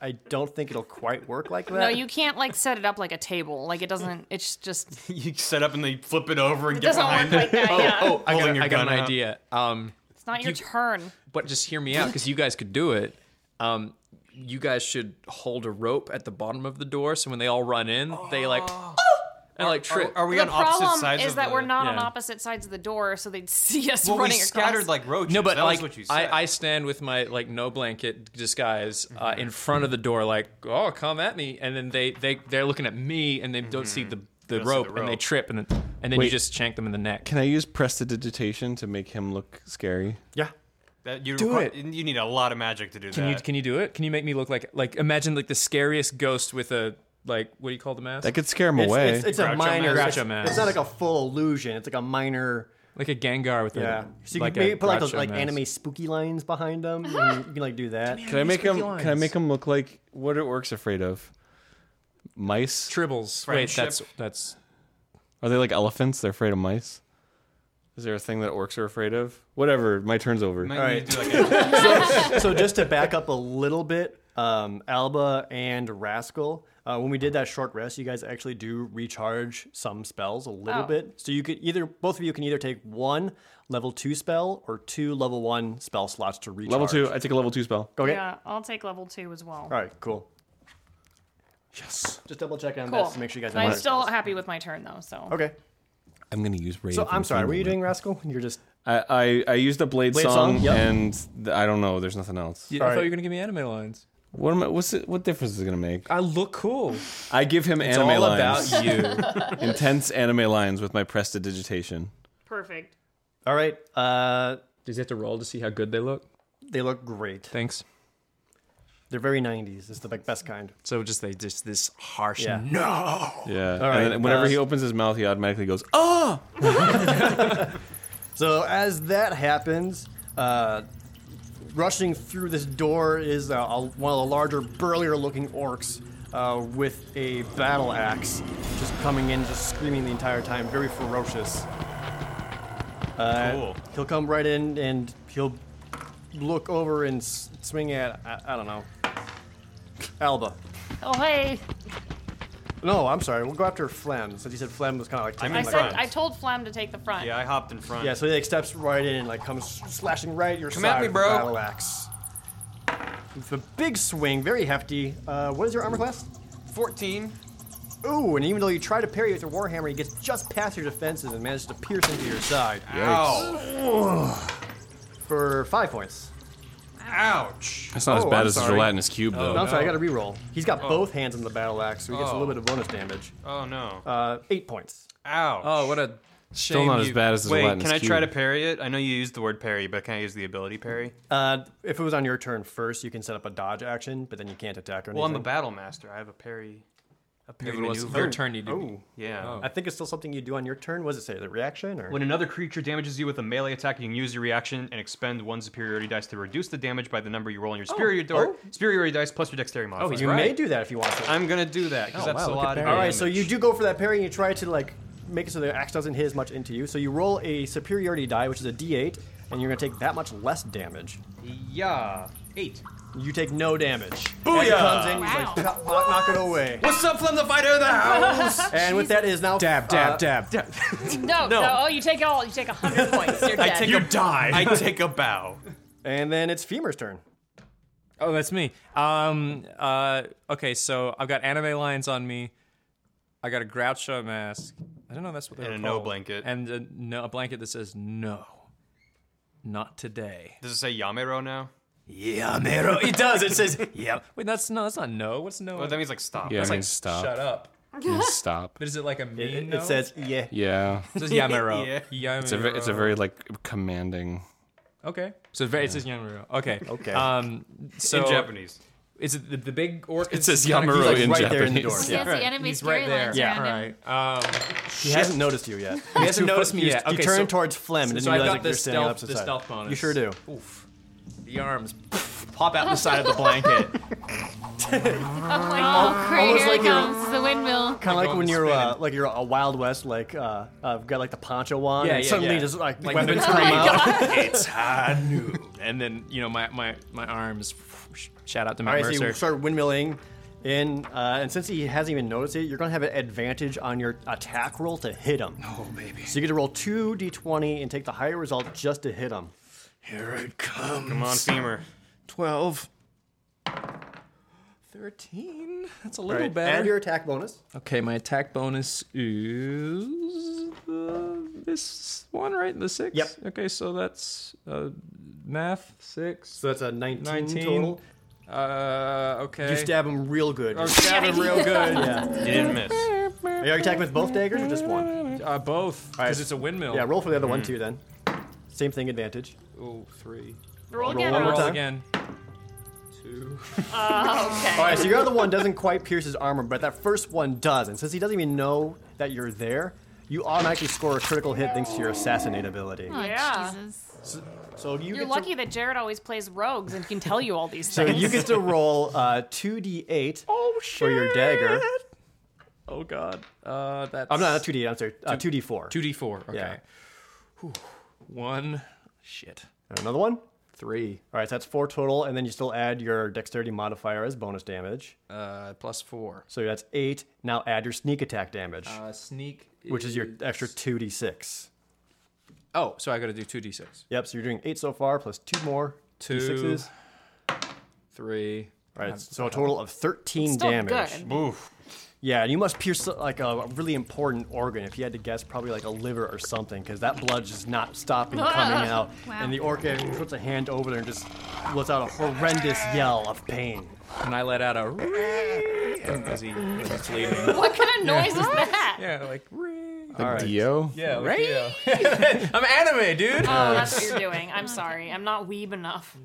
Speaker 2: I don't think it'll quite work like that.
Speaker 6: No, you can't like set it up like a table. Like it doesn't. It's just it
Speaker 5: You set up and then you flip it over and get
Speaker 6: doesn't
Speaker 5: behind it.
Speaker 6: work like that. yeah.
Speaker 3: Oh, I
Speaker 5: Pulling
Speaker 3: got,
Speaker 5: your
Speaker 3: I got an
Speaker 5: gun out.
Speaker 3: idea. Um,
Speaker 6: it's not your
Speaker 3: you-
Speaker 6: turn.
Speaker 3: but just hear me out because you guys could do it. Um, you guys should hold a rope at the bottom of the door so when they all run in, they like. "Oh!" and like trip.
Speaker 5: Are, are we
Speaker 6: the
Speaker 5: on
Speaker 6: problem
Speaker 5: opposite sides
Speaker 6: is
Speaker 5: of
Speaker 6: that
Speaker 5: the,
Speaker 6: we're not on
Speaker 3: Yeah.
Speaker 6: opposite sides of the door, so they'd see us
Speaker 5: well, we
Speaker 6: running
Speaker 5: scattered
Speaker 6: across.
Speaker 5: like roaches.
Speaker 3: no, but
Speaker 5: that
Speaker 3: like
Speaker 5: was what you said.
Speaker 3: I, I stand with my like no blanket disguise
Speaker 5: Mm-hmm.
Speaker 3: uh, in front of the door, like oh come at me, and then they they they're looking at me and they don't see the the
Speaker 5: Mm-hmm. don't see the
Speaker 3: rope, and they
Speaker 5: rope.
Speaker 3: trip and then and then
Speaker 4: Wait.
Speaker 3: you just shank them in the neck.
Speaker 4: Can I use prestidigitation to make him look scary?
Speaker 2: Yeah.
Speaker 5: That you
Speaker 3: Do
Speaker 5: require-
Speaker 3: it.
Speaker 5: You need a lot of magic to do
Speaker 3: Can
Speaker 5: that.
Speaker 3: you can you do it? Can you make me look like like imagine like the scariest ghost with a like what do you call the mask?
Speaker 4: That could scare him
Speaker 2: It's,
Speaker 4: away.
Speaker 2: it's, it's a
Speaker 5: Groucho
Speaker 2: minor.
Speaker 3: Max.
Speaker 2: It's,
Speaker 3: Groucho Max.
Speaker 2: it's not like a full illusion. It's like a minor.
Speaker 3: like a Gengar with
Speaker 2: Yeah.
Speaker 3: a
Speaker 2: So you
Speaker 3: like
Speaker 2: can
Speaker 3: a
Speaker 2: maybe put like those
Speaker 3: Groucho
Speaker 2: like
Speaker 3: mask.
Speaker 2: anime spooky lines behind them.
Speaker 6: Ah!
Speaker 2: and you can like do that.
Speaker 4: can I make him? Can I
Speaker 3: lines.
Speaker 4: make him look like what are orcs afraid of? Mice?
Speaker 3: tribbles.
Speaker 5: Friendship.
Speaker 3: Wait, that's that's
Speaker 4: Are they like elephants? They're afraid of mice. Is there a thing that orcs are afraid of? Whatever. My turn's over.
Speaker 5: Might
Speaker 2: All
Speaker 5: need
Speaker 2: right.
Speaker 5: to do like a-
Speaker 2: so just to back up a little bit, um, Alba and Rascal, uh, when we did that short rest, you guys actually do recharge some spells a little
Speaker 6: Oh.
Speaker 2: bit. So you could either both of you can either take one level two spell or two level one spell slots to recharge.
Speaker 4: level two. I take a level two spell.
Speaker 2: Okay.
Speaker 6: Yeah, I'll take level two as well.
Speaker 2: All right. Cool. Yes. Just double checking on
Speaker 6: Cool.
Speaker 2: this to make sure you guys. have
Speaker 6: I'm
Speaker 2: your
Speaker 6: still
Speaker 2: spells.
Speaker 6: happy with my turn though. So
Speaker 2: Okay.
Speaker 4: I'm gonna use rage.
Speaker 2: So I'm sorry. What are you doing, Rascal? You're just
Speaker 4: I, I I used a blade,
Speaker 2: Blade
Speaker 4: song,
Speaker 2: song, yep.
Speaker 4: and th- I don't know. There's nothing else.
Speaker 3: Yeah, I
Speaker 2: Alright.
Speaker 3: thought you were gonna give me anime lines.
Speaker 4: What am I? What's it, what difference is it gonna make?
Speaker 3: I look cool.
Speaker 4: I give him
Speaker 3: It's
Speaker 4: anime
Speaker 3: all
Speaker 4: lines,
Speaker 3: about you.
Speaker 4: intense anime lines with my prestidigitation.
Speaker 6: perfect.
Speaker 2: all right. Uh,
Speaker 3: Does he have to roll to see how good they look?
Speaker 2: they look great.
Speaker 3: Thanks.
Speaker 2: They're very 90s. It's the like, best kind.
Speaker 3: So just they just this harsh.
Speaker 2: Yeah.
Speaker 4: Yeah.
Speaker 2: right,
Speaker 4: and then whenever
Speaker 2: uh,
Speaker 4: he opens his mouth, he automatically goes, "Oh,
Speaker 2: So as that happens, uh, rushing through this door is uh, a, one of the larger, burlier-looking orcs uh, with a battle axe, just coming in, just screaming the entire time, very ferocious. Uh,
Speaker 5: Cool.
Speaker 2: He'll come right in and he'll look over and s- swing at I, I don't know, Alba.
Speaker 6: Oh hey,
Speaker 2: No, I'm sorry. We'll go after Flem since he said Flem was kind of like.
Speaker 5: I'm
Speaker 2: taking
Speaker 6: I
Speaker 5: in
Speaker 2: the-
Speaker 6: said
Speaker 5: front.
Speaker 6: I told Flam to take the front.
Speaker 5: yeah, I hopped in front.
Speaker 2: Yeah, so he like steps right in and like comes slashing right at your
Speaker 5: Come
Speaker 2: side
Speaker 5: at me,
Speaker 2: with
Speaker 5: bro.
Speaker 2: the battle axe. With a big swing, very hefty. Uh, what is your armor class?
Speaker 5: 14.
Speaker 2: Ooh, and even though you try to parry with your warhammer, he gets just past your defenses and manages to pierce into your side
Speaker 5: Ow.
Speaker 2: for five points.
Speaker 5: Ouch.
Speaker 4: that's not
Speaker 2: Oh,
Speaker 4: as bad
Speaker 2: I'm
Speaker 4: as his
Speaker 2: sorry.
Speaker 4: gelatinous cube, though."
Speaker 2: No, I'm sorry, I got to reroll. He's got both hands on the battle axe, so he gets a
Speaker 5: Oh.
Speaker 2: little bit of bonus damage.
Speaker 5: Oh no.
Speaker 2: Uh, eight points.
Speaker 5: Ouch.
Speaker 3: Oh, what a shame.
Speaker 4: Still not
Speaker 3: you-
Speaker 4: as bad as his
Speaker 5: Wait,
Speaker 4: gelatinous
Speaker 5: can I
Speaker 4: cube.
Speaker 5: try to parry it? I know you used the word parry, but can I use the ability parry?
Speaker 2: Uh, if it was on your turn first, you can set up a dodge action, but then you can't attack or anything.
Speaker 5: Well, I'm a battle master. I have a parry. A parry
Speaker 3: Even what's
Speaker 5: maneuver.
Speaker 3: your turn? You do.
Speaker 5: Oh.
Speaker 2: Ooh.
Speaker 5: Yeah.
Speaker 3: Oh.
Speaker 2: I think it's still something you do on your turn. What does it say? The reaction? or
Speaker 5: When another creature damages you with a melee attack, you can use your reaction and expend one superiority dice to reduce the damage by the number you roll on your superior door, superiority dice plus your dexterity modifier.
Speaker 2: You may do that if you want to.
Speaker 5: Oh, I'm gonna do that because
Speaker 3: wow,
Speaker 5: that's a
Speaker 3: look at
Speaker 5: lot. Of
Speaker 3: that.
Speaker 2: All right,
Speaker 5: damage.
Speaker 2: so you do go for that parry, and you try to like make it so the axe doesn't hit as much into you. So you roll a superiority die, which is a D8, and you're gonna take that much less damage.
Speaker 5: yeah, eight.
Speaker 2: You take no damage. Booyah! As he comes in, he's like
Speaker 7: Wow.
Speaker 2: knock, knock it away.
Speaker 5: What's up, Flem the Fighter? The house.
Speaker 2: And with that is now uh,
Speaker 3: Dab, dab, dab, dab.
Speaker 6: No, no, Oh, you take it all. You take hundred points. You're dead.
Speaker 5: you die. I take a bow.
Speaker 2: And then it's Femur's turn.
Speaker 3: Oh, that's me. Um. Uh. Okay. So I've got anime lines on me. I got a Groucho mask. I don't know. That's what they're
Speaker 5: And a
Speaker 3: called.
Speaker 5: no blanket.
Speaker 3: And a, no, a blanket that says no, not today.
Speaker 5: Does it say Yamero now?
Speaker 3: Yeah, Nero. It does. It says yeah. Wait, that's no. That's not no. What's no?
Speaker 5: Well, Oh, that means like stop.
Speaker 4: Yeah,
Speaker 5: That's
Speaker 4: I mean,
Speaker 5: like
Speaker 4: stop.
Speaker 3: shut up.
Speaker 4: Means stop.
Speaker 3: But is it like a mean
Speaker 2: It,
Speaker 3: no?
Speaker 2: it says, yeah.
Speaker 4: Yeah,
Speaker 3: It says Yamero.
Speaker 5: Yeah.
Speaker 4: it's a ve- it's a very like commanding.
Speaker 3: okay. So very, it says Yamero. Okay.
Speaker 2: Okay.
Speaker 3: Um. So
Speaker 5: in Japanese.
Speaker 3: Is it the, the big orc?
Speaker 4: It
Speaker 3: is
Speaker 4: says
Speaker 3: kinda- he's
Speaker 4: Yamero
Speaker 3: like
Speaker 4: in
Speaker 2: right
Speaker 4: Japanese.
Speaker 2: there in the door.
Speaker 7: He has the anime
Speaker 3: He's
Speaker 7: story
Speaker 3: right there.
Speaker 7: lines
Speaker 2: Yeah.
Speaker 7: around him.
Speaker 3: All right. Um,
Speaker 2: He hasn't noticed you yet.
Speaker 3: he hasn't noticed me
Speaker 2: You-
Speaker 3: yet.
Speaker 2: You
Speaker 3: Okay,
Speaker 2: turn
Speaker 3: so,
Speaker 2: towards Flem, and then
Speaker 3: Um, so
Speaker 2: you
Speaker 3: I've
Speaker 2: realize
Speaker 3: got
Speaker 2: like,
Speaker 3: the
Speaker 2: you're standing
Speaker 3: stealth-
Speaker 2: up to
Speaker 3: the
Speaker 2: side.
Speaker 3: stealth bonus.
Speaker 2: You sure do.
Speaker 3: Oof. The arms pop out the side of the blanket.
Speaker 7: Oh, my God. Great,
Speaker 2: almost
Speaker 7: here
Speaker 2: like
Speaker 7: it
Speaker 2: you're-
Speaker 7: comes, the windmill.
Speaker 2: Kind of like
Speaker 3: going
Speaker 2: when
Speaker 3: to
Speaker 2: you're
Speaker 3: spin.
Speaker 2: uh, like you're a Wild West, like uh, uh, got like the poncho on,
Speaker 3: Yeah,
Speaker 2: and
Speaker 3: yeah,
Speaker 2: suddenly
Speaker 3: yeah.
Speaker 2: just like,
Speaker 3: Like
Speaker 2: weapons
Speaker 3: weapons coming
Speaker 2: come out.
Speaker 3: it's high noon. And then you know my my my arms. Shout out to
Speaker 2: All
Speaker 3: Matt
Speaker 2: right, so you
Speaker 3: Mercer.
Speaker 2: start windmilling in, uh, and since he hasn't even noticed it, you're going to have an advantage on your attack roll to hit him. Oh, baby. So you get to roll 2d20 and take the higher result just to hit him.
Speaker 3: Here it comes.
Speaker 5: Come on, femur.
Speaker 3: Twelve. Thirteen. That's a
Speaker 2: All
Speaker 3: little
Speaker 2: right,
Speaker 3: better.
Speaker 2: and your attack bonus.
Speaker 3: Okay, my attack bonus is uh, this one, right? The six.
Speaker 2: Yep.
Speaker 3: Okay, so that's uh, math six,
Speaker 2: So that's a 19,
Speaker 3: nineteen.
Speaker 2: total.
Speaker 3: Uh, okay.
Speaker 2: You stab him real good.
Speaker 3: I stab him real good.
Speaker 2: Yeah.
Speaker 5: You didn't miss.
Speaker 2: Are you attacking with both daggers or just one?
Speaker 3: Uh, both, because it's a windmill.
Speaker 2: Yeah, roll for the other
Speaker 3: Mm.
Speaker 2: one too then. Same thing, advantage.
Speaker 3: Oh, three.
Speaker 7: Roll
Speaker 2: Roll
Speaker 7: again.
Speaker 2: one
Speaker 3: Roll
Speaker 2: more
Speaker 7: Ross.
Speaker 2: time.
Speaker 3: again. Two.
Speaker 2: All right, so your other one doesn't quite pierce his armor, but that first one does. And since he doesn't even know that you're there, you automatically score a critical hit thanks to your assassinate ability.
Speaker 7: Oh,
Speaker 6: Yeah.
Speaker 7: Jesus.
Speaker 2: So you
Speaker 6: You're
Speaker 2: get
Speaker 6: lucky
Speaker 2: To,
Speaker 6: that Jared always plays rogues and can tell you all these
Speaker 2: so
Speaker 6: things.
Speaker 2: you get to roll uh, 2d8 for your dagger.
Speaker 3: Oh god. Uh, that's.
Speaker 2: I'm not, not 2d8. I'm sorry, uh, 2d4.
Speaker 3: Two D four. Okay.
Speaker 2: Yeah.
Speaker 3: Whew. One. Shit.
Speaker 2: And another one.
Speaker 3: Three.
Speaker 2: All right, so that's four total, and then you still add your dexterity modifier as bonus damage.
Speaker 3: Uh, plus four.
Speaker 2: So that's eight. Now add your sneak attack damage,
Speaker 3: Uh, sneak.
Speaker 2: which is your extra 2d6.
Speaker 3: Oh, so I got to do two D six.
Speaker 2: Yep, so you're doing eight so far, plus two more
Speaker 3: Two.
Speaker 2: d6s.
Speaker 3: Three.
Speaker 2: All right, so a total of 13
Speaker 6: Still
Speaker 2: damage.
Speaker 6: good.
Speaker 2: Yeah, and you must pierce like a really important organ. If you had to guess, probably like a liver or something, because that blood's just not stopping coming out.
Speaker 7: Wow.
Speaker 2: And the orca puts a hand over there and just lets out a horrendous yell of pain.
Speaker 3: And I let out a. as he as he's bleeding.
Speaker 6: What kind of noise was that?
Speaker 3: Yeah, like.
Speaker 4: Like Dio?
Speaker 3: Yeah, like, yeah. I'm anime, dude.
Speaker 6: Oh, that's what you're doing. I'm sorry. I'm not weeb enough.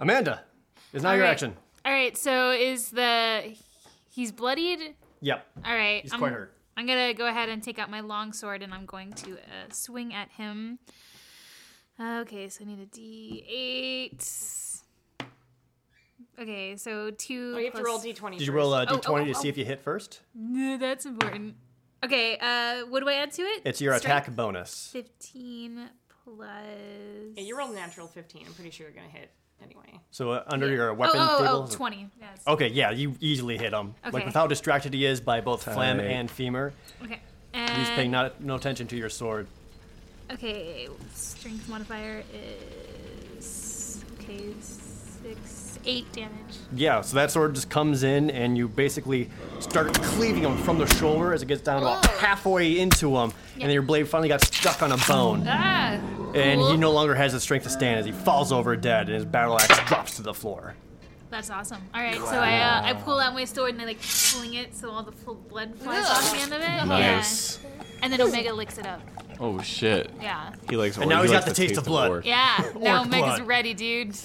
Speaker 2: Amanda, it's not your
Speaker 7: right.
Speaker 2: action.
Speaker 7: All right, so is the he's bloodied?
Speaker 2: Yep,
Speaker 7: All right,
Speaker 2: he's
Speaker 7: I'm,
Speaker 2: quite hurt.
Speaker 7: I'm gonna go ahead and take out my long sword and I'm going to uh, swing at him. Okay, so I need a D8. Okay, so two.
Speaker 6: Oh, you have to
Speaker 7: plus-
Speaker 6: roll d20.
Speaker 2: Did you roll a
Speaker 7: Oh, oh,
Speaker 2: d20 to
Speaker 7: oh.
Speaker 2: see if you hit first?
Speaker 7: No, that's important. Okay, uh, what do I add to it?
Speaker 2: It's your
Speaker 7: Strength?
Speaker 2: attack bonus.
Speaker 7: 15 plus.
Speaker 6: Yeah, you rolled natural 15. I'm pretty sure you're going to hit anyway.
Speaker 2: So uh, under your
Speaker 7: Oh,
Speaker 2: weapon
Speaker 7: oh,
Speaker 2: table.
Speaker 7: oh, 20. Yes.
Speaker 2: Okay, yeah, you easily hit him. Like
Speaker 7: Okay.
Speaker 2: with how distracted he is by both phlegm
Speaker 4: Tight.
Speaker 2: and femur,
Speaker 7: Okay.
Speaker 2: he's
Speaker 7: And-
Speaker 2: paying not, no attention to your sword.
Speaker 7: Okay, strength modifier is okay, six, eight damage.
Speaker 2: Yeah, so that sword just comes in, and you basically start cleaving him from the shoulder as it gets down about
Speaker 7: Whoa.
Speaker 2: halfway into him, and your blade finally got stuck on a bone,
Speaker 7: Ah,
Speaker 2: and he
Speaker 7: cool.
Speaker 2: no longer has the strength to stand as he falls over dead, and his battle axe drops to the floor.
Speaker 7: That's awesome. All right, so I uh, I pull out my sword and I like fling it so all the full blood flies off the end of it.
Speaker 4: Nice.
Speaker 7: Yeah. And then Omega licks it up.
Speaker 4: Oh shit.
Speaker 7: Yeah.
Speaker 4: He likes.
Speaker 2: And now
Speaker 4: he
Speaker 2: he's got
Speaker 4: likes
Speaker 2: the taste of blood.
Speaker 4: orc.
Speaker 7: Yeah. Now
Speaker 2: Orc
Speaker 7: Omega's
Speaker 2: blood.
Speaker 7: ready, dude.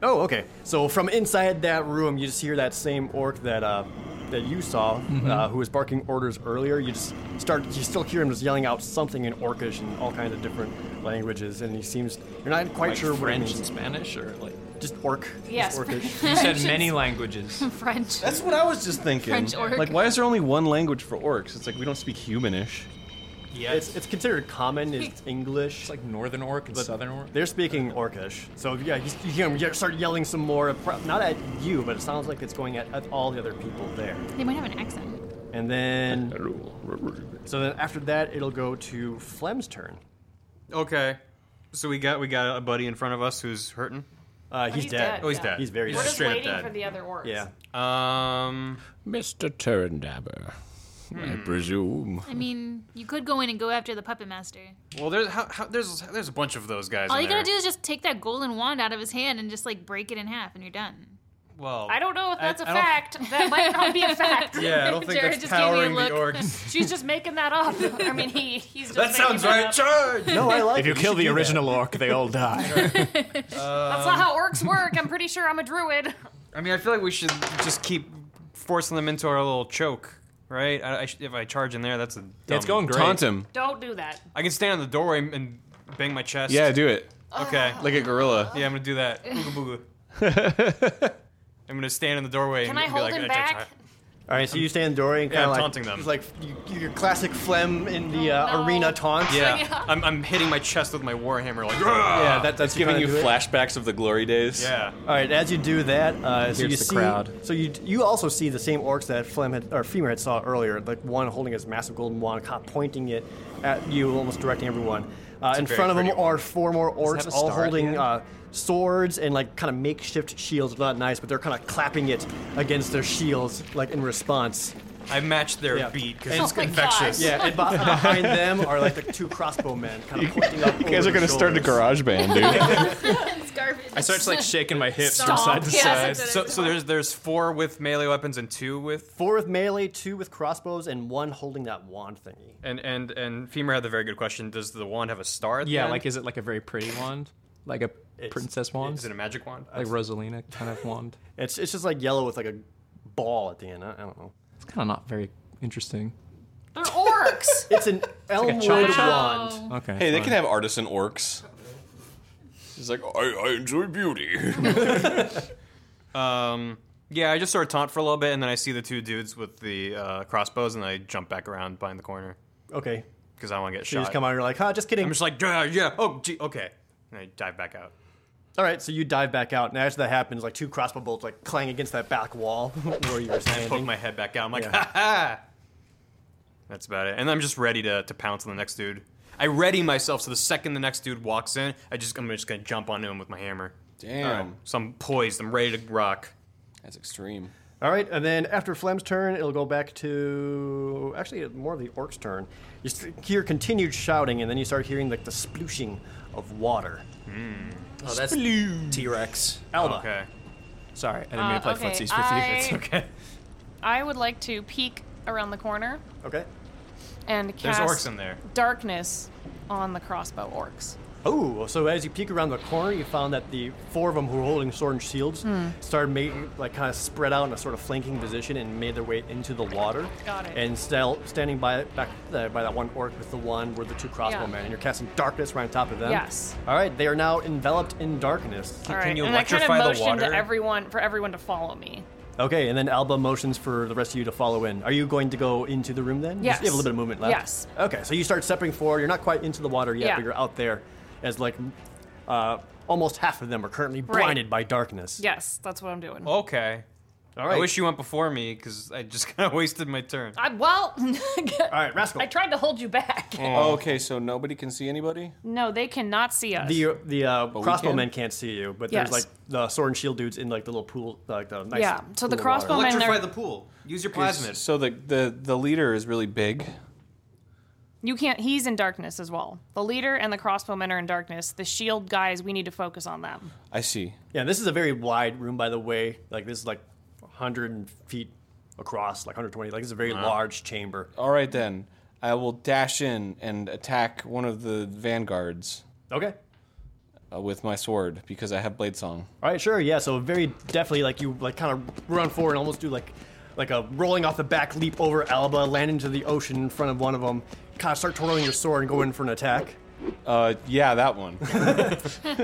Speaker 2: Oh, okay. So from inside that room, you just hear that same orc that uh, that you saw, uh, who was barking orders earlier. You just start. You still hear him just yelling out something in Orcish and all kinds of different languages, and he seems you're not quite sure what it
Speaker 3: French
Speaker 2: means.
Speaker 3: and Spanish, or like
Speaker 2: Just orc.
Speaker 6: Yes.
Speaker 2: Just orcish.
Speaker 3: you said, many languages.
Speaker 7: French.
Speaker 4: That's what I was just thinking.
Speaker 7: French orc.
Speaker 4: Like, why is there only one language for orcs? It's like we don't speak humanish.
Speaker 2: Yeah, it's, it's considered common. It's English.
Speaker 3: It's like northern orc and southern orc.
Speaker 2: they're speaking Orcish, so yeah, you, you hear him ye- start yelling some more. pro- Not at you, but it sounds like it's going at, at all the other people there.
Speaker 7: They might have an accent.
Speaker 2: And
Speaker 4: uh,
Speaker 2: then, so then after that, it'll go to Flem's turn.
Speaker 5: Okay. So we got we got a buddy in front of us who's hurting.
Speaker 2: Uh, he's,
Speaker 6: he's
Speaker 2: dead.
Speaker 6: dead. Oh, he's
Speaker 5: dead.
Speaker 2: He's very
Speaker 5: He's
Speaker 6: We're
Speaker 2: dead.
Speaker 6: just
Speaker 5: Straight up
Speaker 6: waiting
Speaker 5: dead.
Speaker 6: for the other orcs.
Speaker 2: Yeah.
Speaker 5: Um.
Speaker 8: Mr. Turandabber,
Speaker 4: Hmm.
Speaker 8: I presume.
Speaker 7: I mean, you could go in and go after the puppet master.
Speaker 5: Well, there's how, how, there's there's a bunch of those guys.
Speaker 7: All
Speaker 5: in
Speaker 7: you gotta do
Speaker 5: there.
Speaker 7: is just take that golden wand out of his hand and just like break it in half, and you're done.
Speaker 5: Well,
Speaker 6: I don't know if that's a
Speaker 5: I don't-
Speaker 6: fact. That might not be a fact.
Speaker 5: Yeah, I don't think
Speaker 7: Jared
Speaker 5: that's
Speaker 7: just gave me a
Speaker 5: powering the
Speaker 7: look.
Speaker 5: orcs.
Speaker 6: She's just making that up. I mean, he, he's just
Speaker 5: that
Speaker 6: making
Speaker 5: sounds
Speaker 6: that
Speaker 5: right.
Speaker 6: up.
Speaker 5: Charge.
Speaker 2: No, I like.
Speaker 8: If you
Speaker 2: it.
Speaker 8: kill
Speaker 2: should
Speaker 8: the
Speaker 2: do that.
Speaker 8: original orc, they all die.
Speaker 6: That's not how orcs work. I'm pretty sure I'm a druid.
Speaker 5: I mean, I feel like we should just keep forcing them into our little choke, right? I, I should, if I charge in there, that's a. Dumb.
Speaker 3: it's going great.
Speaker 4: Taunt him.
Speaker 6: Don't do that.
Speaker 5: I can stand on the doorway and- and bang my chest.
Speaker 4: Yeah, do it
Speaker 5: Okay.
Speaker 4: like a gorilla.
Speaker 5: yeah, I'm gonna do that. Ooga booga. I'm gonna stand in the doorway
Speaker 6: Can
Speaker 5: and
Speaker 6: I
Speaker 5: be
Speaker 6: hold
Speaker 5: like,
Speaker 6: him
Speaker 5: "I- I-
Speaker 6: back?
Speaker 2: All right, so you stand in the doorway and
Speaker 5: Yeah,
Speaker 2: kind of like
Speaker 5: I'm taunting them.
Speaker 2: It's like you, your classic phlegm in the uh,
Speaker 6: no.
Speaker 2: arena taunt.
Speaker 5: Yeah, I'm, I'm hitting my chest with my warhammer, like.
Speaker 2: yeah,
Speaker 5: Yeah.
Speaker 2: that, that's
Speaker 4: Giving
Speaker 2: kinda
Speaker 4: you
Speaker 2: do it.
Speaker 4: flashbacks of the glory days.
Speaker 5: yeah.
Speaker 2: All right, as you do that, uh,
Speaker 3: Here's
Speaker 2: so you
Speaker 3: the
Speaker 2: see,
Speaker 3: crowd.
Speaker 2: so you you also see the same orcs that Flem had, or Femur had saw earlier, like one holding his massive golden wand, kind of pointing it at you, almost directing everyone. Uh, in
Speaker 5: very
Speaker 2: front of them
Speaker 5: pretty
Speaker 2: are four more
Speaker 5: have
Speaker 2: orcs,
Speaker 5: a
Speaker 2: all
Speaker 5: star at the
Speaker 2: holding
Speaker 5: end?
Speaker 2: uh, swords and like kind of makeshift shields. Not nice, but they're kind of clapping it against their shields, like in response.
Speaker 5: I matched their
Speaker 2: Yeah.
Speaker 5: beat
Speaker 2: And-
Speaker 5: because
Speaker 2: Oh
Speaker 5: it's
Speaker 6: my
Speaker 5: infectious.
Speaker 6: gosh.
Speaker 2: Yeah, and beh- behind them are like the two crossbow men, kind of pointing up.
Speaker 4: You guys are
Speaker 2: going
Speaker 4: gonna
Speaker 2: to
Speaker 4: start a garage band, dude.
Speaker 7: It's garbage.
Speaker 3: I start like shaking my hips
Speaker 7: Stomp.
Speaker 3: from side to
Speaker 7: Yeah,
Speaker 3: side.
Speaker 7: that's
Speaker 5: So, so there's there's four with melee weapons and two with
Speaker 2: Four with melee, two with crossbows, and one holding that wand thingy.
Speaker 5: and and and Femur had the very good question. Does the wand have a star? At the
Speaker 3: Yeah,
Speaker 5: end?
Speaker 3: like is it like a very pretty wand, like a princess wand,
Speaker 5: is it a magic wand?
Speaker 3: like Rosalina kind of wand?
Speaker 2: It's it's just like yellow with like a ball at the end. I, I don't know.
Speaker 3: It's kind of not very interesting.
Speaker 6: They're orcs.
Speaker 2: It's an elmwood
Speaker 3: chocolate
Speaker 2: wand.
Speaker 3: Okay.
Speaker 4: Hey, they
Speaker 3: fine.
Speaker 4: can have artisan orcs. He's like, I, I enjoy beauty.
Speaker 5: Um, yeah, I just sort of taunt for a little bit, and then I see the two dudes with the uh, crossbows, and I jump back around behind the corner
Speaker 2: Okay,
Speaker 5: because I don't want to get
Speaker 2: you
Speaker 5: shot.
Speaker 2: just come out. and You're like, huh? Just kidding.
Speaker 5: I'm just like, yeah, yeah. Oh, gee, okay. And I dive back out.
Speaker 2: All right, so you dive back out, and as that happens, like two crossbow bolts like clang against that back wall where you were
Speaker 5: Poke
Speaker 2: standing.
Speaker 5: my head back out. I'm like,
Speaker 2: Yeah.
Speaker 5: ha ha. That's about it. And I'm just ready to, to pounce on the next dude. I ready myself so the second the next dude walks in, I just I'm just gonna jump onto him with my hammer.
Speaker 4: Damn,
Speaker 5: So I'm poised. I'm ready to rock.
Speaker 4: that's extreme.
Speaker 2: All right, and then after Flem's turn, it'll go back to actually more of the orc's turn. You s- hear continued shouting, and then you start hearing like the splooshing of water.
Speaker 9: Oh, that's T Rex.
Speaker 2: Alba,
Speaker 5: Okay.
Speaker 3: Sorry, I didn't mean
Speaker 6: Uh,
Speaker 3: to play
Speaker 6: okay,
Speaker 3: footsies with
Speaker 6: I-
Speaker 3: you. It's okay.
Speaker 6: I would like to peek around the corner
Speaker 2: okay.
Speaker 6: and
Speaker 5: There's
Speaker 6: cast
Speaker 5: orcs in there.
Speaker 6: darkness on the crossbow orcs.
Speaker 2: Oh, so as you peek around the corner, you found that the four of them who were holding sword and shields
Speaker 6: Hmm.
Speaker 2: started making, like, kind of spread out in a sort of flanking position and made their way into the water.
Speaker 6: Got it.
Speaker 2: And still standing by back uh, by that one orc with the one were the two crossbow
Speaker 6: Yeah.
Speaker 2: men, and you're casting darkness right on top of them.
Speaker 6: Yes.
Speaker 2: All right, they are now enveloped in darkness.
Speaker 6: All right,
Speaker 5: you
Speaker 6: and I kind of
Speaker 5: electrify the
Speaker 6: motioned to
Speaker 5: water?
Speaker 6: everyone for everyone to follow me.
Speaker 2: Okay, and then Alba motions for the rest of you to follow in. Are you going to go into the room then?
Speaker 6: Yes.
Speaker 2: Just- You have a little bit of movement left.
Speaker 6: Yes.
Speaker 2: Okay, so you start stepping forward. You're not quite into the water yet,
Speaker 6: Yeah.
Speaker 2: but you're out there as like uh, almost half of them are currently
Speaker 6: Right.
Speaker 2: blinded by darkness.
Speaker 6: Yes, that's what I'm doing.
Speaker 5: Oh. Okay.
Speaker 2: All right.
Speaker 5: I wish you went before me because I just kind of wasted my turn.
Speaker 6: I, well,
Speaker 2: All right, Rascal.
Speaker 6: I tried to hold you back.
Speaker 5: Oh.
Speaker 4: Oh. okay, so nobody can see anybody.
Speaker 6: No, they cannot see us.
Speaker 2: the the uh,
Speaker 4: we
Speaker 2: crossbow
Speaker 4: can.
Speaker 2: men can't see you, but
Speaker 6: Yes.
Speaker 2: there's like the sword and shield dudes in like the little pool, like the nice.
Speaker 6: Yeah, so the
Speaker 2: pool of
Speaker 6: crossbow
Speaker 2: water.
Speaker 6: men-
Speaker 5: Electrify
Speaker 6: they're-
Speaker 5: the pool. Use your plasmid.
Speaker 4: So the, the the leader is really big.
Speaker 6: you can't. He's in darkness as well. The leader and the crossbowmen are in darkness. The shield guys, we need to focus on them.
Speaker 4: I see.
Speaker 2: Yeah, this is a very wide room, by the way. Like this is like 100 feet across, like 120. Like this is a very large chamber.
Speaker 4: All right then, I will dash in and attack one of the vanguards
Speaker 2: Okay.
Speaker 4: uh, with my sword because I have blade song.
Speaker 2: All right, sure, yeah. So very definitely, like you like kind of run forward and almost do like like a rolling off the back leap over Alba, land into the ocean in front of one of them. Kind of start twirling your sword and go in for an attack.
Speaker 4: Uh, yeah, that one.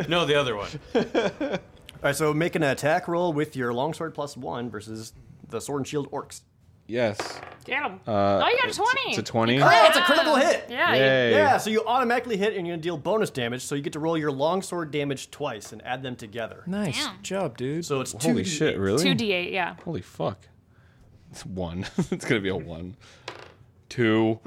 Speaker 5: No, the other one.
Speaker 2: All right, so make an attack roll with your longsword plus one versus the sword and shield orcs.
Speaker 4: yes.
Speaker 6: Get him.
Speaker 4: Uh,
Speaker 6: oh, you got a
Speaker 4: it's-
Speaker 6: twenty.
Speaker 4: It's a twenty.
Speaker 2: Oh, it's a critical hit.
Speaker 6: Yeah. you-
Speaker 4: Yay.
Speaker 2: Yeah, so you automatically hit and you're gonna deal bonus damage, so you get to roll your longsword damage twice and add them together.
Speaker 3: Nice
Speaker 7: Damn.
Speaker 3: job, dude.
Speaker 2: So it's two.
Speaker 4: Holy shit! Really?
Speaker 6: Two D eight, yeah.
Speaker 4: Holy fuck! It's one. it's gonna be a one. Two,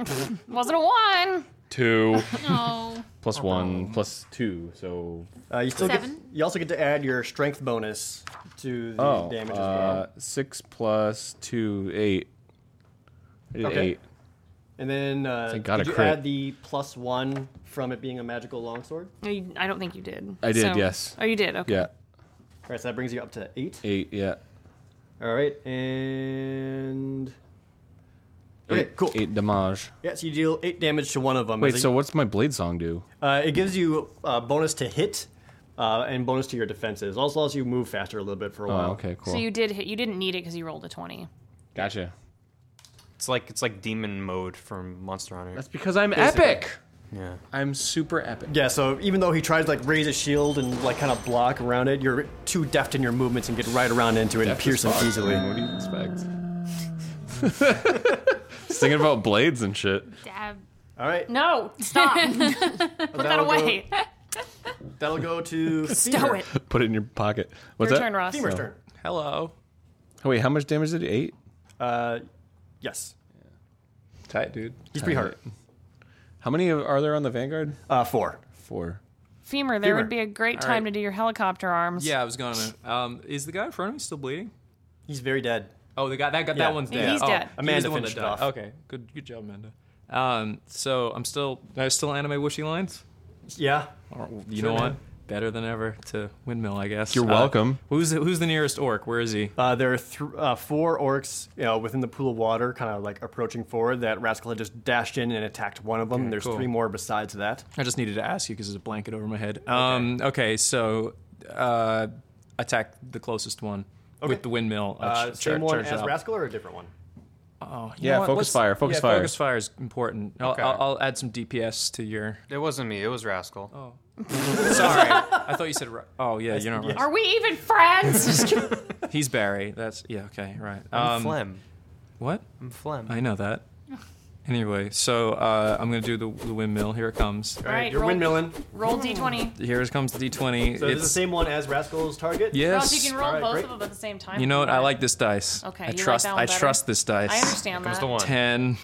Speaker 6: Wasn't a one.
Speaker 4: two,
Speaker 7: No.
Speaker 4: plus one, plus two. So
Speaker 2: Uh, you still get,
Speaker 7: Seven.
Speaker 2: you also get to add your strength bonus to the
Speaker 4: oh,
Speaker 2: damage as well.
Speaker 4: uh, six plus two, eight. I did
Speaker 2: Okay.
Speaker 4: eight.
Speaker 2: And then uh,
Speaker 4: Thank God
Speaker 2: did
Speaker 4: I
Speaker 2: you
Speaker 4: crit.
Speaker 2: add the plus one from it being a magical longsword?
Speaker 6: No, you- I don't think you did.
Speaker 4: I did, yes.
Speaker 6: Oh, you did. Okay.
Speaker 4: Yeah,
Speaker 2: All right, so that brings you up to eight.
Speaker 4: eight. Yeah.
Speaker 2: All right, and okay, cool.
Speaker 4: Eight damage.
Speaker 2: Yeah, so you deal eight damage to one of them.
Speaker 4: Wait,
Speaker 2: As
Speaker 4: so
Speaker 2: it,
Speaker 4: what's my blade song do?
Speaker 2: uh, it gives you uh, bonus to hit uh, and bonus to your defenses. Also, lets you move faster a little bit for a while.
Speaker 4: Oh, okay, cool.
Speaker 6: So you did hit. You didn't need it because you rolled a twenty.
Speaker 4: gotcha.
Speaker 5: It's like it's like demon mode from Monster Hunter.
Speaker 4: That's because I'm epic.
Speaker 5: yeah.
Speaker 4: I'm super epic.
Speaker 2: Yeah, so even though he tries to like raise his shield and like kind of block around it, you're too deft in your movements and get right around into it and pierce him easily.
Speaker 4: What do you expect? Just thinking about blades and shit.
Speaker 7: Dab.
Speaker 2: All right,
Speaker 6: No, stop. Put that away.
Speaker 2: that'll go to
Speaker 6: Stow
Speaker 2: Stew
Speaker 6: it.
Speaker 4: Put it in your pocket. What's
Speaker 6: Your
Speaker 4: that?
Speaker 6: turn, Ross.
Speaker 2: Femur's turn.
Speaker 3: Hello.
Speaker 4: Oh, wait, how much damage did he? Eight.
Speaker 2: Uh, yes,
Speaker 3: Tight, dude.
Speaker 2: he's pretty hard.
Speaker 4: Alright. How many are there on the Vanguard?
Speaker 2: Uh, four.
Speaker 4: Four.
Speaker 6: Femur, there
Speaker 2: Femur.
Speaker 6: would be a great time to do your helicopter arms.
Speaker 3: Yeah, I was gonna. Um, is the guy in front of me still bleeding?
Speaker 2: He's very dead.
Speaker 3: Oh, the guy that got
Speaker 2: Yeah.
Speaker 3: that one's
Speaker 6: Yeah,
Speaker 3: dead.
Speaker 6: he's
Speaker 3: oh,
Speaker 6: dead.
Speaker 3: he was
Speaker 2: Amanda
Speaker 3: the one that
Speaker 2: finished it
Speaker 3: died.
Speaker 2: off.
Speaker 3: Okay, good, good job, Amanda. Um, so I'm still, I still anime wishy lines.
Speaker 2: Yeah.
Speaker 3: Or- Oh, You know what? Better than ever to windmill, I guess.
Speaker 4: You're
Speaker 3: Uh,
Speaker 4: welcome.
Speaker 3: Who's the, who's the nearest orc? Where is he?
Speaker 2: Uh, there are th- uh, four orcs you know, within the pool of water, kind of like approaching forward. That rascal had just dashed in and attacked one of them. There's
Speaker 3: cool.
Speaker 2: three more besides that.
Speaker 3: I just needed to ask you because there's a blanket over my head. Um, okay. so uh, attack the closest one with the windmill. I'll
Speaker 2: Uh,
Speaker 3: ch-
Speaker 2: same
Speaker 3: char-
Speaker 2: one
Speaker 3: charge
Speaker 2: as
Speaker 3: up.
Speaker 2: rascal or a different one?
Speaker 3: Oh, you
Speaker 4: Yeah,
Speaker 3: know what?
Speaker 4: focus
Speaker 3: Let's-
Speaker 4: fire, focus
Speaker 3: yeah,
Speaker 4: fire.
Speaker 3: Focus fire is important. I'll,
Speaker 5: Okay.
Speaker 3: I'll, I'll add some DPS to your.
Speaker 5: It wasn't me. It was Rascal.
Speaker 3: Sorry, I thought you said. Ra- oh yeah, you're not right.
Speaker 6: Are we even friends? Just kidding.
Speaker 3: He's Barry. That's yeah. Okay, right.
Speaker 5: I'm
Speaker 3: Um,
Speaker 5: phlegm.
Speaker 3: What?
Speaker 5: I'm phlegm.
Speaker 3: I know that. Anyway, so uh, I'm gonna do the, the windmill. Here it comes.
Speaker 6: All right,
Speaker 2: You're
Speaker 6: roll,
Speaker 2: windmilling.
Speaker 6: Roll d20.
Speaker 3: Here comes the D20.
Speaker 2: So
Speaker 3: it's
Speaker 2: this is the same one as rascal's target?
Speaker 6: Ross,
Speaker 3: yes.
Speaker 6: you can roll
Speaker 2: Alright,
Speaker 6: both
Speaker 2: great.
Speaker 6: of them at the same time.
Speaker 3: You know what?
Speaker 6: if
Speaker 3: I
Speaker 6: want.
Speaker 3: like this dice.
Speaker 6: Okay,
Speaker 3: I
Speaker 6: you like
Speaker 3: trust.
Speaker 6: that one
Speaker 3: I
Speaker 6: better.
Speaker 3: trust this dice.
Speaker 6: I understand
Speaker 5: Comes
Speaker 6: that.
Speaker 5: the one.
Speaker 3: Ten.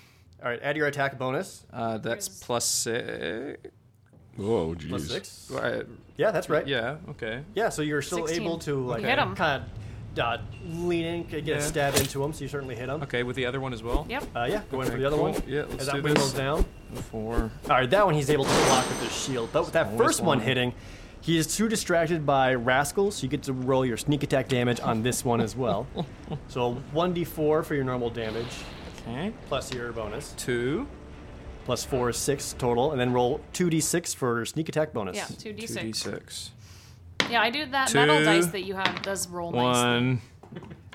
Speaker 2: All right, add your attack bonus.
Speaker 3: Uh, that's plus six.
Speaker 8: Whoa, jeez.
Speaker 2: Plus six.
Speaker 3: Right.
Speaker 2: Yeah, that's right.
Speaker 3: Yeah. Okay.
Speaker 2: Yeah, so you're still
Speaker 6: 16.
Speaker 2: able to like
Speaker 6: Hit 'em.
Speaker 2: kind of uh, lean in, get
Speaker 3: Yeah.
Speaker 2: a stab into him. So you certainly hit him.
Speaker 3: Okay. With the other one as well.
Speaker 6: Yep.
Speaker 2: Uh, yeah, go in
Speaker 3: Okay,
Speaker 2: for the other
Speaker 3: cool.
Speaker 2: one.
Speaker 3: Yeah, let's
Speaker 2: As that
Speaker 3: do
Speaker 2: windmill's
Speaker 3: this.
Speaker 2: down.
Speaker 3: Four.
Speaker 2: All right, that one he's able to block with his shield. But with that
Speaker 3: Always
Speaker 2: first
Speaker 3: one.
Speaker 2: one hitting, he is too distracted by Rascal, so you get to roll your sneak attack damage on this one as well. so 1d4 for your normal damage,
Speaker 3: Okay.
Speaker 2: plus your bonus,
Speaker 3: Two.
Speaker 2: plus 4 is 6 total, and then roll 2d6 for sneak attack bonus.
Speaker 6: Yeah, 2d6.
Speaker 3: Two D six.
Speaker 6: Yeah, I do that
Speaker 3: Two.
Speaker 6: metal dice that you have does roll nicely.
Speaker 3: One.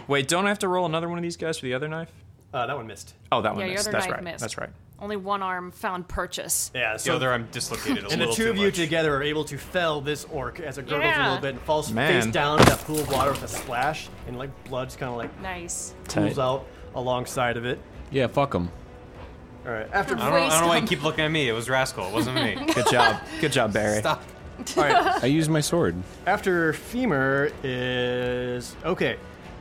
Speaker 3: Wait. Don't I have to roll another one of these guys for the other knife?
Speaker 2: Uh, that one missed.
Speaker 3: Oh, that one
Speaker 6: Yeah, your
Speaker 3: missed.
Speaker 6: other
Speaker 3: That's
Speaker 6: knife
Speaker 3: right.
Speaker 6: missed.
Speaker 3: That's right.
Speaker 6: Only one arm found purchase.
Speaker 2: Yeah,
Speaker 5: The
Speaker 2: so
Speaker 5: other, I'm dislocated a
Speaker 2: and the
Speaker 5: little
Speaker 2: two
Speaker 5: too
Speaker 2: of you
Speaker 5: much.
Speaker 2: together are able to fell this orc as it gurgles a
Speaker 6: Yeah.
Speaker 2: little bit and falls
Speaker 3: Man.
Speaker 2: face down in that pool of water with a splash, and like blood's kind of like
Speaker 6: Nice.
Speaker 2: pools
Speaker 4: Tight.
Speaker 2: out alongside of it.
Speaker 4: Yeah, fuck them.
Speaker 2: All right, after
Speaker 5: I don't, know- I don't know why you keep looking at me. It was Rascal. It wasn't me.
Speaker 3: Good job. Good job, Barry.
Speaker 5: Stop.
Speaker 4: I use my sword.
Speaker 2: after femur is okay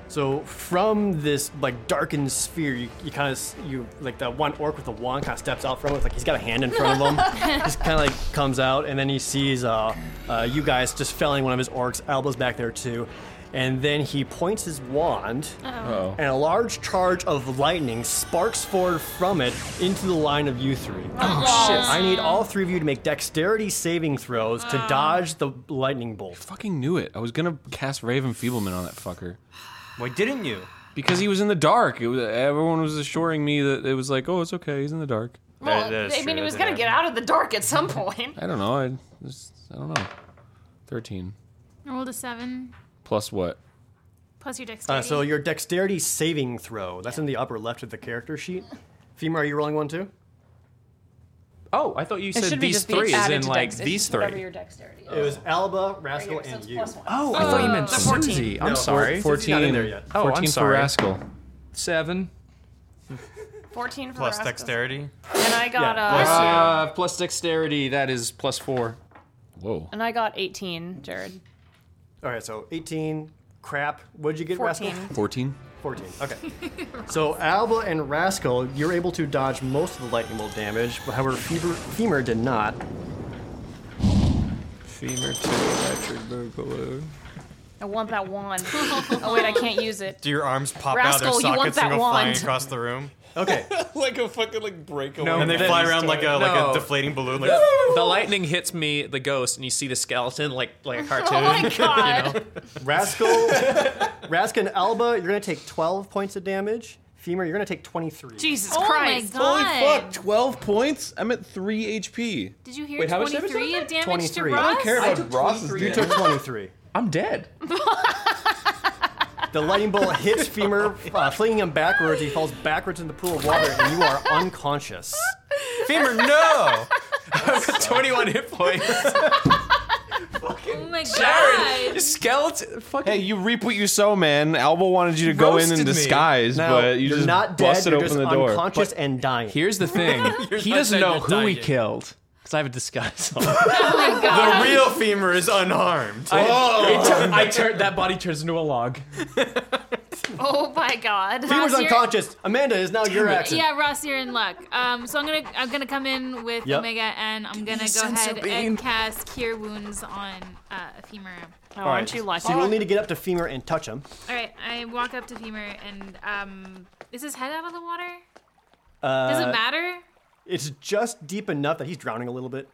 Speaker 2: so from this like darkened sphere you, you kind of you like that one orc with the wand kind of steps out from it like he's got a hand in front of him just kind of like comes out and then he sees uh, uh, you guys just felling one of his orcs elbows back there too and then he points his wand
Speaker 4: Oh.
Speaker 2: and a large charge of lightning sparks forward from it into the line of you three. Oh, shit. I need all three of you to make dexterity saving throws to dodge the lightning bolt.
Speaker 4: Fucking knew it. I was gonna cast Raven Feebleman on that fucker
Speaker 5: Why didn't you?
Speaker 4: because he was in the dark. It was, everyone was assuring me that it was like, oh, it's okay. He's in the dark.
Speaker 6: Well,
Speaker 5: that is
Speaker 6: I mean,
Speaker 5: true,
Speaker 6: he was
Speaker 5: that
Speaker 6: going
Speaker 5: did
Speaker 6: to get out of the dark at some point.
Speaker 4: I don't know. I just, I don't know. Thirteen
Speaker 7: I rolled a seven
Speaker 4: plus what?
Speaker 7: plus your
Speaker 2: Uh,
Speaker 7: dexterity.
Speaker 2: so your dexterity saving throw. That's in the upper left of the character sheet. Femur, are you rolling one too?
Speaker 3: Oh, I thought you said
Speaker 6: should be
Speaker 3: these
Speaker 6: just be
Speaker 3: three, as
Speaker 6: added
Speaker 3: in
Speaker 6: to
Speaker 3: like
Speaker 6: dex- it's
Speaker 3: these
Speaker 6: just Whatever
Speaker 3: three.
Speaker 6: your dexterity is.
Speaker 2: It was Alba, Rascal,
Speaker 6: Oh. Right here, so
Speaker 2: and
Speaker 6: it's
Speaker 2: you.
Speaker 6: plus one.
Speaker 3: Oh, I thought you meant
Speaker 6: So 14.
Speaker 3: Susie. I'm
Speaker 2: No,
Speaker 3: sorry.
Speaker 2: four- He's not in
Speaker 4: Fourteen.
Speaker 2: there yet.
Speaker 3: Oh, I'm
Speaker 4: Fourteen for
Speaker 3: sorry.
Speaker 4: Rascal.
Speaker 3: Seven.
Speaker 6: 14 for
Speaker 5: Plus
Speaker 6: Rascal.
Speaker 5: dexterity.
Speaker 6: And I got
Speaker 2: Yeah,
Speaker 6: uh,
Speaker 2: plus-
Speaker 3: Uh, plus dexterity, that is plus four.
Speaker 4: Whoa.
Speaker 6: and I got 18, Jared.
Speaker 2: All right, so 18. Crap. What'd you get, Rascal?
Speaker 6: 14.
Speaker 4: Fourteen.
Speaker 2: 14. Okay. so Alba and Rascal, you're able to dodge most of the lightning bolt damage. but However, Femur, Femur did not.
Speaker 3: Femur two electric boogaloo.
Speaker 6: I want that wand. oh wait, I can't use it.
Speaker 5: Do your arms pop out
Speaker 6: Rascal,
Speaker 5: of
Speaker 6: you
Speaker 5: their
Speaker 6: want
Speaker 5: sockets and
Speaker 6: that
Speaker 5: go flying
Speaker 6: wand.
Speaker 5: across the room?
Speaker 2: Okay.
Speaker 9: like a fucking like breakaway.
Speaker 3: No,
Speaker 5: And they
Speaker 3: Then
Speaker 5: fly
Speaker 3: he's
Speaker 5: around like a like
Speaker 9: No.
Speaker 5: a deflating balloon. Like
Speaker 9: The lightning hits me, the ghost, and you see the skeleton like like a cartoon.
Speaker 6: Oh my god.
Speaker 2: Rascal, Rascal and Alba, you're going to take 12 points of damage. Femur, you're going to take 23.
Speaker 6: Jesus
Speaker 7: oh
Speaker 6: Christ.
Speaker 7: my god!
Speaker 4: Twelve points. I'm at three HP.
Speaker 7: Did you hear
Speaker 9: Wait, how much damage
Speaker 7: 23
Speaker 9: was
Speaker 7: of damage
Speaker 2: 23.
Speaker 7: to
Speaker 2: I
Speaker 7: Ross?
Speaker 2: don't
Speaker 9: care about Ross is
Speaker 2: You took 23.
Speaker 3: I'm dead.
Speaker 2: The lightning bolt hits Femur, uh, flinging him backwards. He falls backwards in the pool of water, and you are unconscious.
Speaker 5: Femur, no!
Speaker 9: 21 hit points.
Speaker 7: Oh my god!
Speaker 9: Skeleton. Fucking.
Speaker 4: Hey, you reap what you sow, man. Alba wanted you to go in in
Speaker 9: Roasted me.
Speaker 4: disguise, but you
Speaker 2: are
Speaker 4: just
Speaker 2: not dead.
Speaker 4: busted
Speaker 2: You're
Speaker 4: open
Speaker 2: just
Speaker 4: the door.
Speaker 2: unconscious and dying.
Speaker 3: Here's the thing. he
Speaker 9: not
Speaker 3: doesn't
Speaker 9: saying
Speaker 3: know
Speaker 9: you're
Speaker 3: who he
Speaker 9: dying.
Speaker 3: killed.
Speaker 9: Because I have a disguise on.
Speaker 5: The real femur is unharmed.
Speaker 9: I, it tur- I turn that body turns into a log.
Speaker 7: Oh my god.
Speaker 2: He was
Speaker 7: Ross, you're-
Speaker 2: unconscious. Amanda is now your action.
Speaker 7: Yeah, Ross, you're in luck. Um, so I'm gonna I'm gonna come in with
Speaker 2: Yep.
Speaker 7: Omega, and I'm gonna go ahead and cast Cure Wounds on uh, Femur.
Speaker 6: Oh,
Speaker 2: All
Speaker 6: aren't you lucky?
Speaker 2: So you'll need to get up to femur and touch him.
Speaker 7: All right, I walk up to Femur, and um, is his head out of the water?
Speaker 2: Uh,
Speaker 7: Does it matter?
Speaker 2: It's just deep enough that he's drowning a little bit.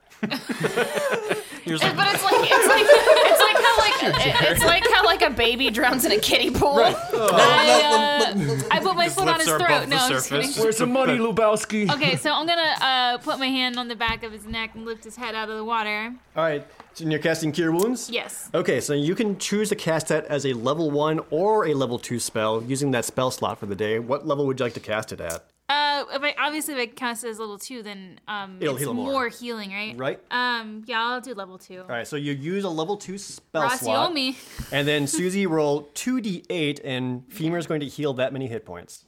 Speaker 6: but it's like it's like it's like how like it- it's like how like a baby drowns in a kiddie pool.
Speaker 2: Oh,
Speaker 7: I, uh, I put my foot on his
Speaker 9: are
Speaker 7: throat.
Speaker 9: above
Speaker 7: No,
Speaker 9: the
Speaker 7: I'm just
Speaker 9: surface.
Speaker 7: kidding.
Speaker 8: Where's the money, Lubowski?
Speaker 7: Okay, so I'm gonna uh, put my hand on the back of his neck and lift his head out of the water.
Speaker 2: All right. So you're casting Cure Wounds?
Speaker 7: Yes.
Speaker 2: Okay, so you can choose to cast that as a level one or a level two spell using that spell slot for the day. What level would you like to cast it at?
Speaker 7: Uh, if I obviously if I cast it as level two, then um,
Speaker 2: It'll
Speaker 7: it's
Speaker 2: heal more.
Speaker 7: more. healing, right?
Speaker 2: Right.
Speaker 7: Um, yeah, I'll do level two.
Speaker 2: All right, so you use a level two spell
Speaker 7: Ross, you
Speaker 2: slot.
Speaker 7: owe me.
Speaker 2: And then Susie roll 2d8, and Femur is going to heal that many hit points.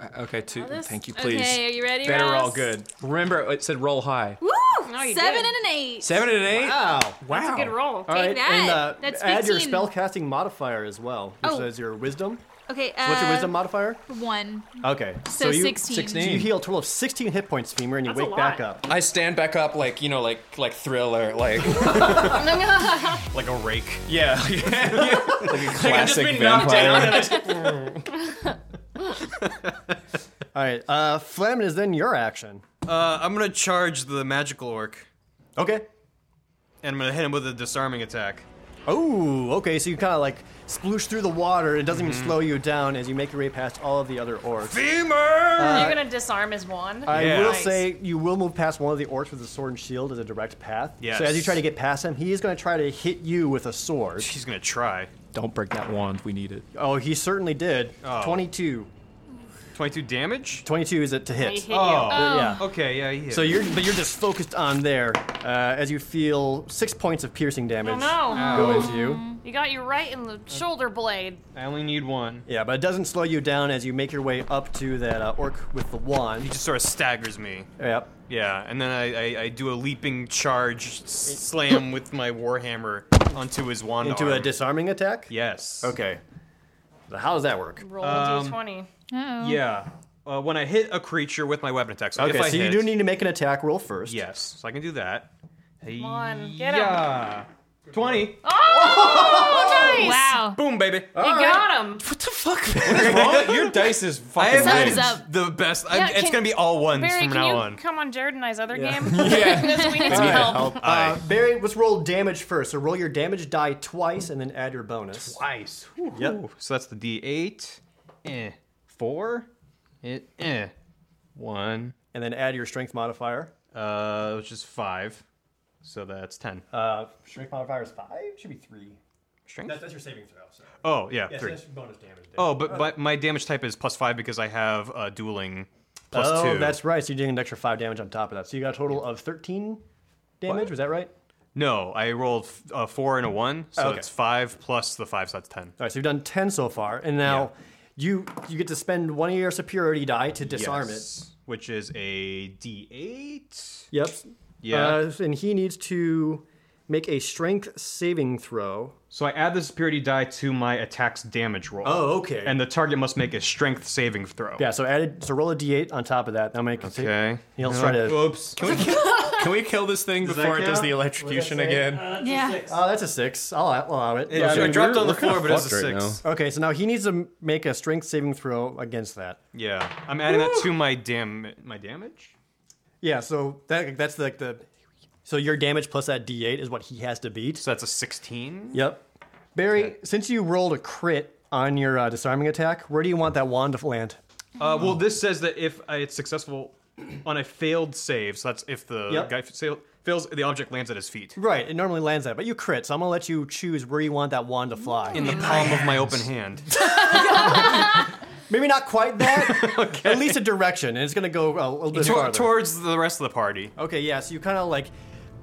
Speaker 3: Uh, Okay, two.
Speaker 7: This-
Speaker 3: Thank you, please.
Speaker 7: Okay, are you ready?
Speaker 3: Better
Speaker 7: Ross?
Speaker 3: all good. Remember, it said roll high.
Speaker 7: Woo!
Speaker 6: you
Speaker 7: Seven
Speaker 6: did.
Speaker 7: and an eight.
Speaker 3: Seven and an eight.
Speaker 2: Wow.
Speaker 3: Wow.
Speaker 6: Good roll.
Speaker 2: All right,
Speaker 7: that.
Speaker 2: and uh,
Speaker 7: That's
Speaker 2: add your
Speaker 7: 15.
Speaker 2: spellcasting modifier as well, which
Speaker 7: Oh.
Speaker 2: is your wisdom.
Speaker 7: Okay. Uh,
Speaker 2: What's your wisdom modifier?
Speaker 7: One.
Speaker 2: Okay,
Speaker 7: So,
Speaker 2: you,
Speaker 7: 16.
Speaker 2: So you heal a total of 16 hit points, Femur, and you
Speaker 6: That's a
Speaker 2: wake back
Speaker 6: lot.
Speaker 2: up.
Speaker 9: I stand back up like you know, like like thriller, like
Speaker 5: Like a rake.
Speaker 9: yeah.
Speaker 4: Classic
Speaker 9: been knocked
Speaker 4: vampire.
Speaker 2: All right, uh, Flamin is then your action.
Speaker 5: Uh, I'm gonna charge the magical orc,
Speaker 2: Okay.
Speaker 5: and I'm gonna hit him with a disarming attack.
Speaker 2: Oh, okay, so you kind of like sploosh through the water, and it doesn't
Speaker 6: Mm-hmm.
Speaker 2: even slow you down as you make your way past all of the other orcs.
Speaker 5: Uh,
Speaker 6: You're gonna disarm his wand.
Speaker 2: I
Speaker 5: Yeah.
Speaker 2: will
Speaker 5: Nice.
Speaker 2: say you will move past one of the orcs with a sword and shield as a direct path. So as you
Speaker 5: Yes.
Speaker 2: try to get past him, he is going to try to hit you with a sword.
Speaker 5: He's gonna try.
Speaker 3: Don't break that wand. We need it.
Speaker 2: Oh, he certainly did.
Speaker 5: Oh.
Speaker 2: 22.
Speaker 5: 22 damage.
Speaker 2: 22 is it to hit.
Speaker 6: hit
Speaker 5: Oh.
Speaker 2: Yeah.
Speaker 5: Okay, yeah, he hit.
Speaker 2: So you're but you're just focused on there uh, as you feel six points of piercing damage
Speaker 6: you. Oh, No,
Speaker 2: go into you.
Speaker 6: you got you right in the shoulder blade.
Speaker 5: I only need one.
Speaker 2: Yeah, but it doesn't slow you down as you make your way up to that uh, orc with the
Speaker 5: He
Speaker 2: wand.
Speaker 5: just sort of staggers me.
Speaker 2: Yep.
Speaker 5: Yeah, and then I, I, I do a leaping charge s- slam with my warhammer onto his wand.
Speaker 2: Into a
Speaker 5: arm.
Speaker 2: disarming attack.
Speaker 5: Yes.
Speaker 2: Okay. So how does that work?
Speaker 6: Roll a d20.
Speaker 5: Yeah. Uh, when I hit a creature with my weapon attack. So
Speaker 2: Okay,
Speaker 5: if I
Speaker 2: so you
Speaker 5: hit-
Speaker 2: do need to make an attack roll first.
Speaker 5: Yes, so I can do that. Come
Speaker 6: on, get him.
Speaker 5: yeah. 20.
Speaker 6: Oh, Nice.
Speaker 7: Wow.
Speaker 5: Boom, baby.
Speaker 6: You got him. Oh.
Speaker 4: Your dice is
Speaker 5: I
Speaker 4: fucking.
Speaker 5: have
Speaker 7: Thumbs
Speaker 5: been
Speaker 7: up.
Speaker 5: the best. I-
Speaker 6: Yeah,
Speaker 5: it's
Speaker 6: can-
Speaker 5: going to be all ones
Speaker 6: Barry,
Speaker 5: from
Speaker 6: can
Speaker 5: now
Speaker 6: you
Speaker 5: on.
Speaker 6: come on Jared and I's other game? Yeah. we need some help.
Speaker 2: Uh, Barry, let's roll damage first. So roll your damage die twice and then add your bonus.
Speaker 5: Nice.
Speaker 2: Yep.
Speaker 5: So that's the D8. Eh. Four. Eh. eh. One.
Speaker 2: And then add your strength modifier.
Speaker 5: Uh, which is five. So that's ten.
Speaker 2: Uh, strength modifier is five? Should be three.
Speaker 5: Strength?
Speaker 2: that's your saving throw. So.
Speaker 5: oh, yeah, three.
Speaker 2: bonus damage.
Speaker 5: oh, but, but my damage type is plus five because I have uh, dueling plus
Speaker 2: Oh,
Speaker 5: two.
Speaker 2: that's right. So you're doing an extra five damage on top of that. So you got a total of 13 damage. Was that right?
Speaker 5: No, I rolled f- a four and a one, so
Speaker 2: Okay.
Speaker 5: it's five plus the five, so that's ten.
Speaker 2: All right. So you've done 10 so far. And now you you get to spend one of your superiority die to disarm it. Uh,
Speaker 5: Yes, Which is a D8.
Speaker 2: Yep.
Speaker 5: Yeah.
Speaker 2: Uh, and he needs to make a strength saving throw.
Speaker 5: So I add the superiority die to my attack's damage roll.
Speaker 2: Oh, okay.
Speaker 5: And the target must make a strength saving throw.
Speaker 2: Yeah, so added so roll a d8 on top of that. Now make
Speaker 5: Okay.
Speaker 2: He'll try to.
Speaker 5: Oops.
Speaker 9: Can we kill this thing before it Oh, does the electrocution again?
Speaker 7: Yeah.
Speaker 2: Oh, that's a six. I'll allow it.
Speaker 5: I dropped on the floor, but it was a
Speaker 4: fucked right
Speaker 5: six.
Speaker 2: Okay, so now he needs to m- make a strength saving throw against that.
Speaker 5: Yeah, I'm adding that to my dam my damage.
Speaker 2: Yeah, so that that's like the. So your damage plus that d8 is what he has to beat.
Speaker 5: So that's a 16.
Speaker 2: Yep. Barry, since you rolled a crit on your uh, disarming attack, where do you want that wand to land?
Speaker 5: Uh, well, this says that if I- it's successful on a failed save, so that's if the
Speaker 2: Yep.
Speaker 5: guy fail, fails, the object lands at his feet.
Speaker 2: Right, it normally lands that, but you crit, so I'm gonna let you choose where you want that wand to fly.
Speaker 5: In the palm of my open hand.
Speaker 2: Maybe not quite that, at least a direction, and it's gonna go uh, a little bit
Speaker 5: Tor-
Speaker 2: farther.
Speaker 5: towards the rest of the party.
Speaker 2: Okay, yeah, so you kind of like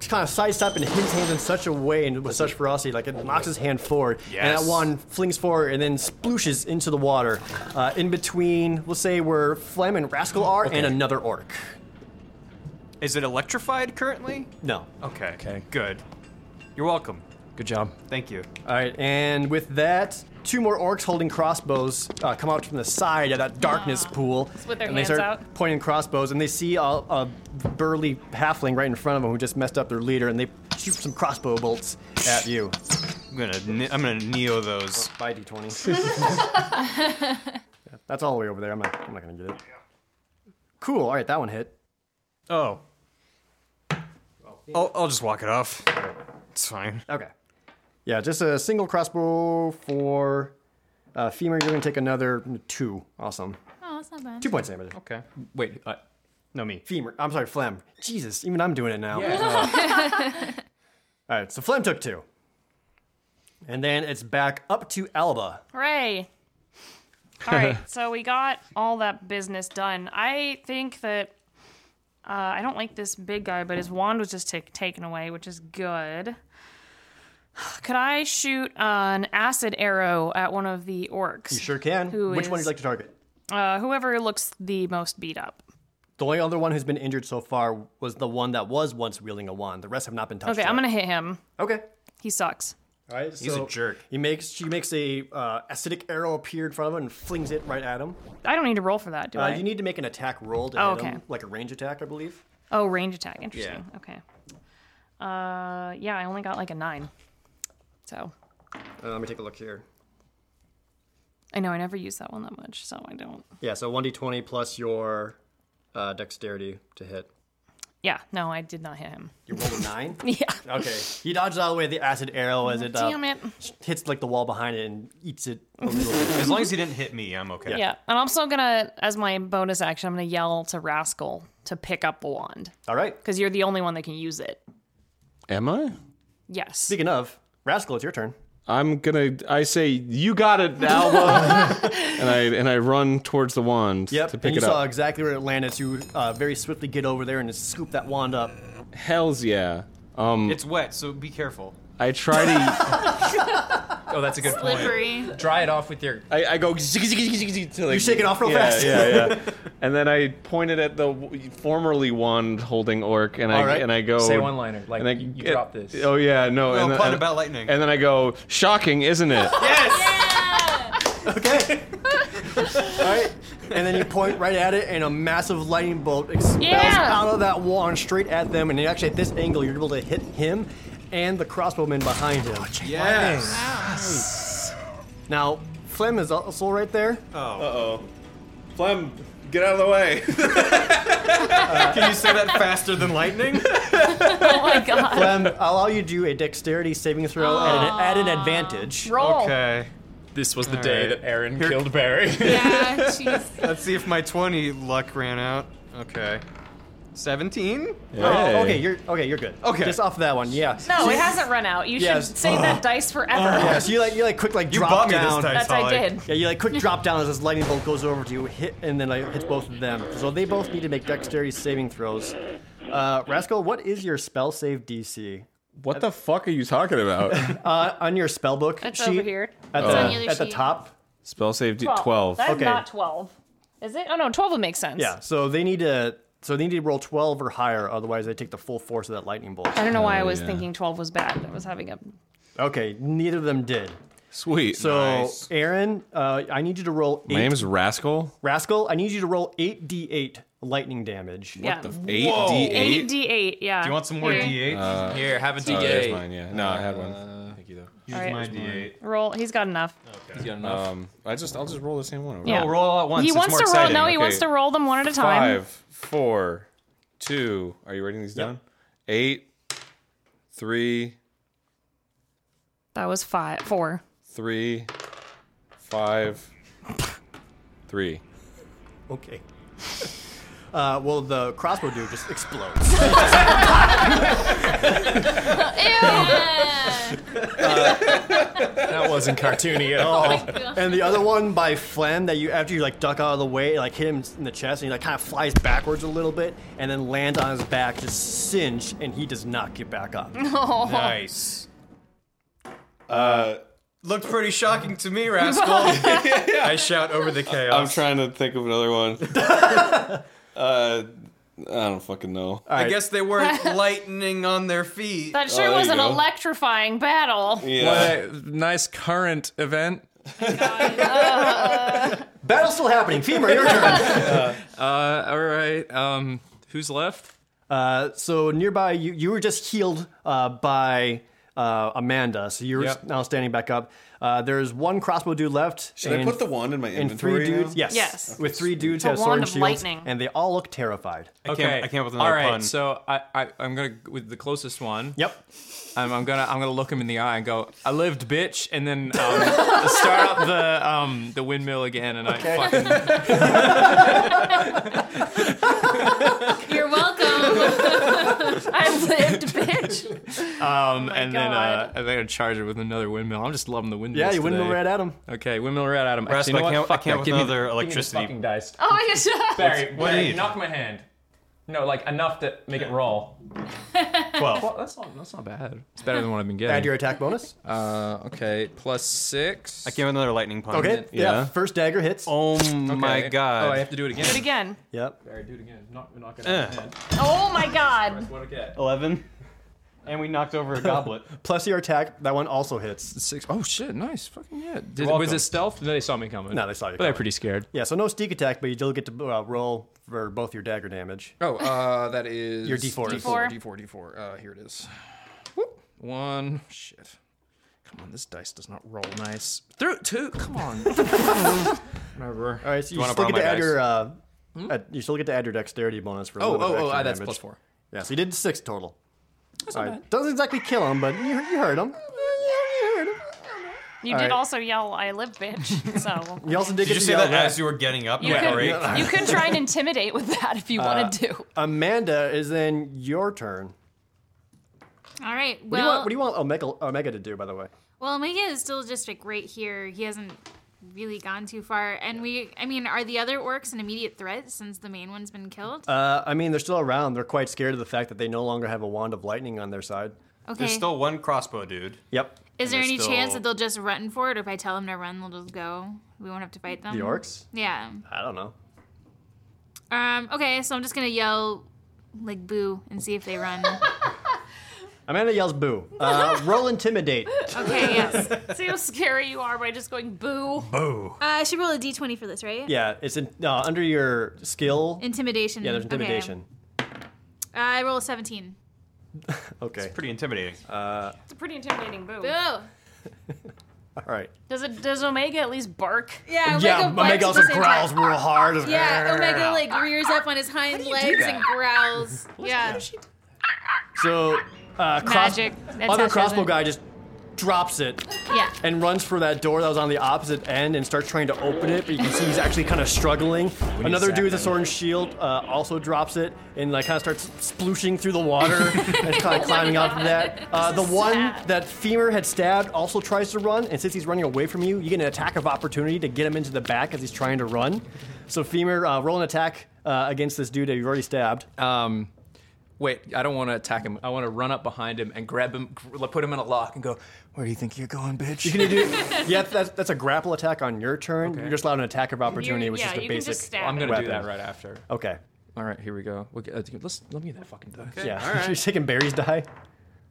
Speaker 2: kind of sidestep and hit his hand in such a way and with such ferocity, like it knocks his hand forward, and that
Speaker 5: Yes.
Speaker 2: wand flings forward and then splooshes into the water, uh, in between, we'll say where Flem and Rascal are, and another orc.
Speaker 5: Is it electrified currently?
Speaker 2: No.
Speaker 5: Okay. Okay. Good. You're welcome.
Speaker 3: Good job.
Speaker 5: Thank you.
Speaker 2: All right, and with that, two more orcs holding crossbows uh, come out from the side of that darkness pool.
Speaker 6: Ah. with their
Speaker 2: and
Speaker 6: hands
Speaker 2: they start
Speaker 6: out.
Speaker 2: pointing crossbows, and they see a, a burly halfling right in front of them who just messed up their leader, and they shoot some crossbow bolts at you.
Speaker 5: I'm gonna ne- I'm gonna neo those.
Speaker 2: By d20. Yeah, that's all the way over there. I'm not, I'm not going to get it. Cool. All right, that one hit.
Speaker 5: Oh. I'll, I'll just walk it off. It's fine.
Speaker 2: Okay. Yeah, just a single crossbow for uh, femur. You're going to take another two. Awesome.
Speaker 7: Oh, that's not bad.
Speaker 2: Two points damage.
Speaker 5: Okay. Wait. Uh, no me.
Speaker 2: Femur. I'm sorry, phlegm. Jesus, even I'm doing it now. All right, so phlegm took two. And then it's back up to Alba.
Speaker 6: Hooray. All right, so we got all that business done. I think that uh, I don't like this big guy, but his wand was just ta- taken away, which is good. Could I shoot an acid arrow at one of the orcs?
Speaker 2: You sure can.
Speaker 6: Who
Speaker 2: Which one would
Speaker 6: is-
Speaker 2: you like to target?
Speaker 6: Uh, whoever looks the most beat up.
Speaker 2: The only other one who's been injured so far was the one that was once wielding a wand. The rest have not been touched.
Speaker 6: Okay,
Speaker 2: yet.
Speaker 6: I'm gonna hit him.
Speaker 2: Okay.
Speaker 6: He sucks.
Speaker 2: All right.
Speaker 5: He's a jerk.
Speaker 2: He makes she makes a uh, acidic arrow appear in front of him and flings it right at him.
Speaker 6: I don't need to roll for that, do
Speaker 2: Uh,
Speaker 6: I?
Speaker 2: you need to make an attack roll to
Speaker 6: Oh,
Speaker 2: hit him,
Speaker 6: okay.
Speaker 2: like a range attack, I believe.
Speaker 6: oh, range attack. Interesting. Okay. Uh, yeah, I only got like a nine. So
Speaker 2: Uh, let me take a look here.
Speaker 6: I know I never use that one that much, so I don't.
Speaker 2: Yeah, so 1d20 plus your uh, dexterity to hit.
Speaker 6: Yeah, no, I did not hit him.
Speaker 2: You rolled a nine?
Speaker 6: Yeah.
Speaker 2: okay. He dodges out of the way of the acid arrow as it, uh,
Speaker 6: Damn it.
Speaker 2: hits like the wall behind it and eats it a little bit.
Speaker 5: As long as he didn't hit me, I'm okay.
Speaker 6: Yeah, and I'm still gonna, as my bonus action, I'm gonna yell to Rascal to pick up the wand
Speaker 2: All right.
Speaker 6: because you're the only one that can use it.
Speaker 4: Am I?
Speaker 6: Yes.
Speaker 2: Speaking of, Rascal, it's your turn.
Speaker 4: I'm gonna. I say you got it, Alba, and I and I run towards the wand to pick
Speaker 2: and you
Speaker 4: it
Speaker 2: saw
Speaker 4: up.
Speaker 2: exactly where it landed, so you uh, very swiftly get over there and scoop that wand up.
Speaker 4: Hell's yeah.
Speaker 5: It's wet, so be careful.
Speaker 4: I try to.
Speaker 9: Oh, that's a good point.
Speaker 7: Slippery.
Speaker 9: Dry it off with your.
Speaker 4: I, I go. zig, zig, zig, zig, zig, to like,
Speaker 2: You shake it off real
Speaker 4: yeah,
Speaker 2: fast.
Speaker 4: Yeah, yeah. and then I pointed at the w- formerly wand holding orc, and I
Speaker 2: All right.
Speaker 4: and I go.
Speaker 9: Say one liner. Like,
Speaker 4: And I,
Speaker 9: you, you
Speaker 4: it-
Speaker 9: drop this.
Speaker 4: Oh yeah, no. and then,
Speaker 5: pun
Speaker 4: and-
Speaker 5: about lightning.
Speaker 4: And then I go, shocking, isn't it?
Speaker 2: Okay. All right. And then you point right at it, and a massive lightning bolt expels
Speaker 6: Yeah.
Speaker 2: out of that wand straight at them. And actually, at this angle, you're able to hit him and the crossbowman behind him.
Speaker 5: Yes.
Speaker 2: Now, Flem is also right there.
Speaker 5: Oh.
Speaker 4: Flem, get out of the way.
Speaker 5: Can you say that faster than lightning?
Speaker 6: oh my god.
Speaker 2: Flem, Um, I'll allow you to do a dexterity saving throw at an, at an advantage.
Speaker 6: Roll.
Speaker 5: Okay.
Speaker 9: This was the day
Speaker 5: right.
Speaker 9: that Aaron killed Barry.
Speaker 7: Yeah, jeez.
Speaker 5: Let's see if my 20 luck ran out. Okay. 17?
Speaker 2: Oh, okay, you're okay. You're good.
Speaker 5: Okay.
Speaker 2: just off that one. Yeah.
Speaker 6: No, Oh, it hasn't run out. You
Speaker 2: Yes.
Speaker 6: should save
Speaker 5: Uh,
Speaker 6: that dice forever.
Speaker 2: Yeah. So you like you like quick like
Speaker 5: You
Speaker 2: drop
Speaker 5: bought me
Speaker 2: down.
Speaker 5: this time.
Speaker 6: That's I
Speaker 5: Solid.
Speaker 6: did.
Speaker 2: Yeah, you like quick drop down as this lightning bolt goes over to you, hit, and then like hits both of them. So they both need to make dexterity saving throws. Uh, Rascal, what is your spell save DC?
Speaker 4: What the fuck are you talking about?
Speaker 2: Uh, on your spell book
Speaker 6: It's
Speaker 2: sheet
Speaker 6: over here.
Speaker 2: at
Speaker 7: on the
Speaker 2: the
Speaker 7: other
Speaker 2: at the
Speaker 7: sheet.
Speaker 2: top.
Speaker 4: Spell save d- twelve.
Speaker 6: That's
Speaker 2: Okay.
Speaker 6: not twelve. Is it? Oh no, twelve would make sense.
Speaker 2: Yeah. So they need to so they need to roll twelve or higher, otherwise they take the full force of that lightning bolt.
Speaker 6: I don't know why I was
Speaker 4: yeah.
Speaker 6: thinking twelve was bad. I was having a.
Speaker 2: Okay, neither of them did.
Speaker 4: Sweet.
Speaker 2: So Aaron, uh, I need you to roll eight.
Speaker 4: my name's Rascal.
Speaker 2: Rascal, I need you to roll eight d eight lightning damage.
Speaker 6: yeah.
Speaker 4: Eight d
Speaker 6: Eight
Speaker 4: eight.
Speaker 6: d eight. Yeah.
Speaker 5: You want some more
Speaker 7: Here.
Speaker 5: D8?
Speaker 9: Here, have a
Speaker 4: Oh, there's
Speaker 9: DA.
Speaker 4: mine. Yeah. No, I had
Speaker 5: Uh,
Speaker 4: one. Thank you though.
Speaker 5: Use my D8.
Speaker 6: roll. He's got enough.
Speaker 9: He's got enough.
Speaker 4: Um, I just I'll just roll the same one. Over.
Speaker 6: Yeah.
Speaker 5: Oh, roll all at once.
Speaker 6: He
Speaker 5: it's
Speaker 6: wants
Speaker 5: more
Speaker 6: to
Speaker 5: exciting.
Speaker 6: roll. No, he
Speaker 4: Okay.
Speaker 6: wants to roll them one at a time.
Speaker 4: Five, four, two. Are you writing these down? Eight, three,
Speaker 6: That was five, four.
Speaker 4: three, five, three.
Speaker 2: Okay. Uh, well, the crossbow dude just explodes.
Speaker 7: Yeah.
Speaker 9: That wasn't cartoony at
Speaker 2: Oh.
Speaker 9: all.
Speaker 2: And the other one by Flem that you after you like duck out of the way, it, like hit him in the chest, and he like kind of flies backwards a little bit, and then lands on his back, just cinch, and he does not get back up.
Speaker 5: Nice. Uh, Looked pretty shocking to me, Rascal. I shout over the
Speaker 4: I'm
Speaker 5: chaos.
Speaker 4: trying to think of another one. uh, I don't fucking know.
Speaker 5: I guess they weren't lightning on their feet.
Speaker 6: That sure
Speaker 4: there
Speaker 6: was
Speaker 4: you
Speaker 6: an
Speaker 4: go.
Speaker 6: electrifying battle.
Speaker 4: Yeah.
Speaker 9: What a nice current event.
Speaker 2: Battle's still happening. Femur, your turn.
Speaker 3: Uh, all right. Um, who's left?
Speaker 2: Uh, so nearby, you, you were just healed uh, by uh, Amanda, so you're
Speaker 3: Yep.
Speaker 2: now standing back up. Uh, there's one crossbow dude left.
Speaker 4: Should I
Speaker 2: and-
Speaker 4: put the wand in my
Speaker 2: and three
Speaker 4: inventory? now?
Speaker 2: dudes? Yes.
Speaker 6: Yes.
Speaker 2: With three dudes
Speaker 6: a
Speaker 2: have sword
Speaker 6: wand
Speaker 2: and
Speaker 6: of
Speaker 2: shields,
Speaker 6: lightning.
Speaker 2: and they all look terrified.
Speaker 5: came- I came up with
Speaker 3: All
Speaker 5: another
Speaker 3: right,
Speaker 5: pun.
Speaker 3: so I, I I'm gonna with the closest one.
Speaker 2: Yep.
Speaker 3: I'm, I'm gonna I'm gonna look him in the eye and go, I lived, bitch, and then um, start up the um the windmill again, and I fucking
Speaker 7: You're welcome.
Speaker 6: I lived, bitch.
Speaker 3: um and then uh,
Speaker 6: God.
Speaker 3: and then I charge it with another windmill. I'm just loving the windmill.
Speaker 2: Yeah, you windmill right at him.
Speaker 3: Okay, windmill right at him.
Speaker 5: Rasp,
Speaker 3: Actually, you know
Speaker 5: I
Speaker 3: what?
Speaker 5: can't- I
Speaker 3: Fuck
Speaker 5: can't
Speaker 3: that.
Speaker 5: with
Speaker 3: Give me-
Speaker 5: another
Speaker 3: give me this
Speaker 5: electricity.
Speaker 3: fucking dice.
Speaker 6: Oh my gosh.
Speaker 3: Barry,
Speaker 5: what do you
Speaker 3: Barry,
Speaker 5: need?
Speaker 3: knock my hand. No, like enough to make it roll.
Speaker 5: Twelve.
Speaker 3: Well, that's not that's not bad. It's better than what I've been getting.
Speaker 2: Add your attack bonus.
Speaker 3: Uh, okay, plus six.
Speaker 5: I came up with another lightning pun.
Speaker 2: Okay. Yeah.
Speaker 4: Yeah.
Speaker 2: First dagger hits.
Speaker 5: Oh my
Speaker 3: Okay.
Speaker 5: god.
Speaker 3: Oh, I have to do it again.
Speaker 6: But again.
Speaker 2: Yep.
Speaker 3: Barry, do it again. Knock, knock it
Speaker 5: Eh.
Speaker 3: out. Man,
Speaker 6: Oh my god.
Speaker 3: What I get?
Speaker 5: Eleven. And we knocked over a goblet.
Speaker 2: Plus your attack. That one also hits.
Speaker 3: Six. Oh shit! Nice. Fucking yeah. Did,
Speaker 5: welcome.
Speaker 3: was it stealth? No, they saw me coming.
Speaker 2: No, they saw you
Speaker 3: But they're
Speaker 2: coming.
Speaker 3: pretty scared.
Speaker 2: Yeah. So no sneak attack, but you still get to uh, roll for both your dagger damage.
Speaker 3: Oh, uh, that is
Speaker 2: Your D4.
Speaker 3: D4.
Speaker 6: D4.
Speaker 3: D4. D4. Uh, here it is. Whoop. One. Shit. Come on, this dice does not roll nice. Through two. Come on. Whatever.
Speaker 2: All right. So you,
Speaker 5: wanna
Speaker 2: still
Speaker 5: borrow
Speaker 2: get to
Speaker 5: my
Speaker 2: add your. Uh, uh, you still get to add your dexterity bonus for. a
Speaker 3: Oh,
Speaker 2: little bit of
Speaker 3: oh, oh!
Speaker 2: extra
Speaker 3: ah, that's
Speaker 2: damage.
Speaker 3: plus four.
Speaker 2: Yeah. So you did six total. That's Doesn't exactly kill him, but you, you hurt him.
Speaker 6: You
Speaker 2: All
Speaker 6: did
Speaker 2: right.
Speaker 6: also yell, I live, bitch. So.
Speaker 2: You also did,
Speaker 5: Did
Speaker 2: get
Speaker 5: you
Speaker 2: to
Speaker 5: say
Speaker 2: yell
Speaker 5: that
Speaker 2: back.
Speaker 5: as you were getting up?
Speaker 6: You
Speaker 5: Yeah.
Speaker 6: could, you could try and intimidate with that if you wanted to.
Speaker 2: Amanda is in your turn.
Speaker 7: All
Speaker 2: What
Speaker 7: right.
Speaker 2: do you
Speaker 7: Well,
Speaker 2: want, what do you want Omega, Omega to do, by the way?
Speaker 7: well, Omega is still just like right here. He hasn't really gone too far. And we, I mean, are the other orcs an immediate threat since the main one's been killed?
Speaker 2: Uh, I mean, they're still around. They're quite scared of the fact that they no longer have a wand of lightning on their side.
Speaker 7: okay.
Speaker 5: There's still one crossbow dude.
Speaker 2: Yep.
Speaker 7: is there
Speaker 5: there's
Speaker 7: any
Speaker 5: still-
Speaker 7: chance that they'll just run for it, or if I tell them to run, they'll just go? We won't have to fight them.
Speaker 2: The orcs?
Speaker 7: Yeah.
Speaker 2: I don't know.
Speaker 7: Um. Okay. So I'm just gonna yell, like boo, and see if they run.
Speaker 2: Amanda yells boo. Uh, roll intimidate.
Speaker 7: okay. Yes.
Speaker 6: See how scary you are by just going boo.
Speaker 7: Uh, I should roll a d20 for this, right?
Speaker 2: Yeah, it's in, uh, under your skill.
Speaker 7: Intimidation.
Speaker 2: Yeah, there's
Speaker 7: Okay.
Speaker 2: intimidation.
Speaker 7: Uh, I roll a 17.
Speaker 2: Okay.
Speaker 5: Pretty intimidating.
Speaker 6: It's a pretty intimidating boo.
Speaker 7: Boo.
Speaker 2: All right.
Speaker 6: Does it? Does Omega at least bark?
Speaker 7: Yeah. Omega
Speaker 2: yeah,
Speaker 7: bites at
Speaker 2: Omega
Speaker 7: the
Speaker 2: also
Speaker 7: same time.
Speaker 2: growls real hard.
Speaker 7: Yeah, Omega like rears up on his hind legs and growls. yeah.
Speaker 2: So, uh, cross-
Speaker 6: Magic. That's how
Speaker 2: other
Speaker 6: she
Speaker 2: crossbow
Speaker 6: does it.
Speaker 2: guy just drops it
Speaker 7: Yeah.
Speaker 2: and runs for that door that was on the opposite end and starts trying to open it, but you can see he's actually kind of struggling. Another dude with a sword and shield uh, also drops it and like kind of starts splooshing through the water and kind of climbing out of that. Uh, the one
Speaker 6: sad.
Speaker 2: that femur had stabbed also tries to run, and since he's running away from you, you get an attack of opportunity to get him into the back as he's trying to run. So femur, uh, roll an attack uh, against this dude that you've already stabbed.
Speaker 6: Uh,
Speaker 3: Um, wait, I don't want to attack him. I want to run up behind him and grab him, gr- like, put him in a lock, and go. Where do you think you're going, bitch?
Speaker 2: You can do yeah. That's, that's a grapple attack on your turn. You're just allowed an attack of opportunity,
Speaker 6: You're-
Speaker 2: which
Speaker 6: yeah,
Speaker 2: is the
Speaker 6: you can
Speaker 2: basic.
Speaker 6: just stab
Speaker 3: I'm
Speaker 6: him.
Speaker 3: gonna
Speaker 2: Weapon.
Speaker 3: do that right after.
Speaker 2: Okay.
Speaker 3: All right, here we go. We'll get, uh, let's let me get that fucking dice.
Speaker 2: Yeah. You're taking Barry's die.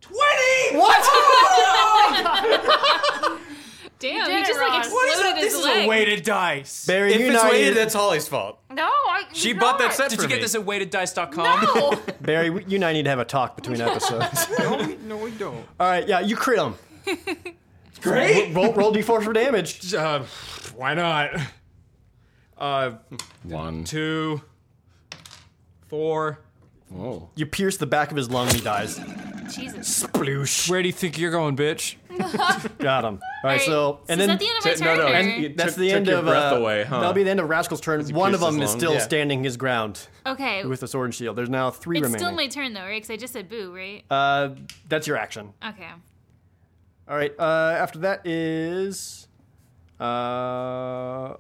Speaker 3: Twenty. What?
Speaker 7: Damn,
Speaker 6: did
Speaker 7: he
Speaker 6: it,
Speaker 7: just
Speaker 6: Ron.
Speaker 7: like
Speaker 6: What
Speaker 7: exploded his leg.
Speaker 3: weighted dice.
Speaker 2: Barry,
Speaker 5: if
Speaker 2: you
Speaker 5: it's
Speaker 2: know
Speaker 5: weighted,
Speaker 2: you,
Speaker 5: that's Holly's fault.
Speaker 6: No, I.
Speaker 5: She
Speaker 6: it's
Speaker 5: bought that
Speaker 6: not.
Speaker 5: set
Speaker 3: Did
Speaker 5: for
Speaker 3: you get
Speaker 5: me.
Speaker 3: this at weighteddice.com?
Speaker 6: No.
Speaker 2: Barry, we- you and I need to have a talk between episodes.
Speaker 5: no, we don't.
Speaker 2: All right. Yeah, you crit him. Great. Roll, roll d4 for damage.
Speaker 3: Uh, why not? Uh,
Speaker 8: One.
Speaker 3: two, four.
Speaker 8: Whoa.
Speaker 2: You pierce the back of his lung and he dies.
Speaker 7: Jesus.
Speaker 2: Sploosh.
Speaker 3: Where do you think you're going, bitch?
Speaker 2: Got him. All right. So and
Speaker 7: is
Speaker 2: then
Speaker 7: that the end of my
Speaker 4: no,
Speaker 7: turn?
Speaker 4: no,
Speaker 7: or-
Speaker 4: and you-
Speaker 2: that's
Speaker 4: Took-
Speaker 2: the
Speaker 4: took
Speaker 2: end
Speaker 4: your
Speaker 2: of
Speaker 4: breath
Speaker 2: uh,
Speaker 4: away, huh?
Speaker 2: That'll be the end of Rascal's turn. One of
Speaker 4: pierced
Speaker 2: them
Speaker 4: his
Speaker 2: is
Speaker 4: lung?
Speaker 2: still
Speaker 4: Yeah.
Speaker 2: standing his ground
Speaker 7: okay.
Speaker 2: with the sword and shield. There's now three
Speaker 7: it's
Speaker 2: remaining.
Speaker 7: still my turn though, right? Because I just said boo, right?
Speaker 2: uh, that's your action.
Speaker 7: okay.
Speaker 2: All right. Uh, after that is, uh,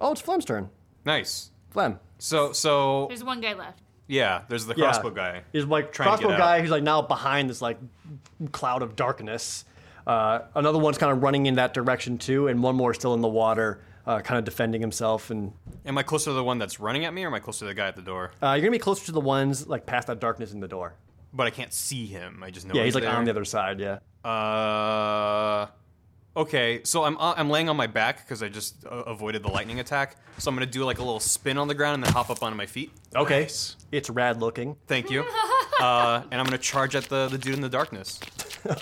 Speaker 2: oh, it's Flem's turn.
Speaker 5: Nice.
Speaker 2: Flem.
Speaker 5: So, so
Speaker 7: There's one guy left.
Speaker 5: yeah. There's the
Speaker 2: Yeah.
Speaker 5: crossbow guy.
Speaker 2: He's like
Speaker 5: Trying to get
Speaker 2: crossbow
Speaker 5: out.
Speaker 2: guy who's like now behind this like cloud of darkness. Uh, another one's kind of running in that direction too, and one more still in the water, uh, kind of defending himself. And
Speaker 5: Am I closer to the one that's running at me, or am I closer to the guy at the door?
Speaker 2: uh, you're gonna be closer to the ones like past that darkness in the door.
Speaker 5: But I can't see him. I just know.
Speaker 2: Yeah, he's like
Speaker 5: there.
Speaker 2: on the other side. Yeah.
Speaker 5: Uh, Okay, so I'm uh, I'm laying on my back because I just uh, avoided the lightning attack. So I'm gonna do like a little spin on the ground and then hop up onto my feet.
Speaker 9: Okay.
Speaker 2: It's rad looking.
Speaker 5: Thank you. Uh, and I'm gonna charge at the, the dude in the darkness,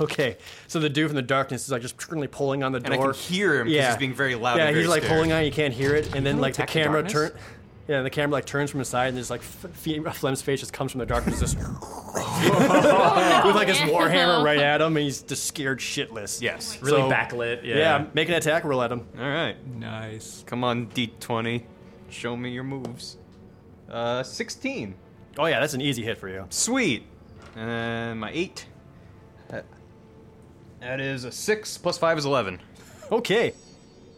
Speaker 2: Okay, so the dude from the darkness is like just currently pulling on the
Speaker 5: and I
Speaker 2: door.
Speaker 5: can hear him because he's being very loud.
Speaker 2: Yeah,
Speaker 5: and very
Speaker 2: he's like
Speaker 5: scared.
Speaker 2: pulling on. it, You can't hear it, and then like the
Speaker 9: attack the
Speaker 2: camera
Speaker 9: darkness?
Speaker 2: turn. Yeah, the camera like turns from his side, and there's like F- F- Flem's face just comes from the darkness, just with like his war hammer right at him, and he's just scared shitless.
Speaker 5: Yes.
Speaker 9: Really
Speaker 2: So-
Speaker 9: backlit. Yeah.
Speaker 2: Yeah, make an attack roll at him.
Speaker 5: All right.
Speaker 8: Nice.
Speaker 5: Come on, D20. Show me your moves. Uh, 16.
Speaker 2: Oh yeah, that's an easy hit for you.
Speaker 5: Sweet. And my 8. That- that is a 6 plus 5 is 11.
Speaker 2: Okay.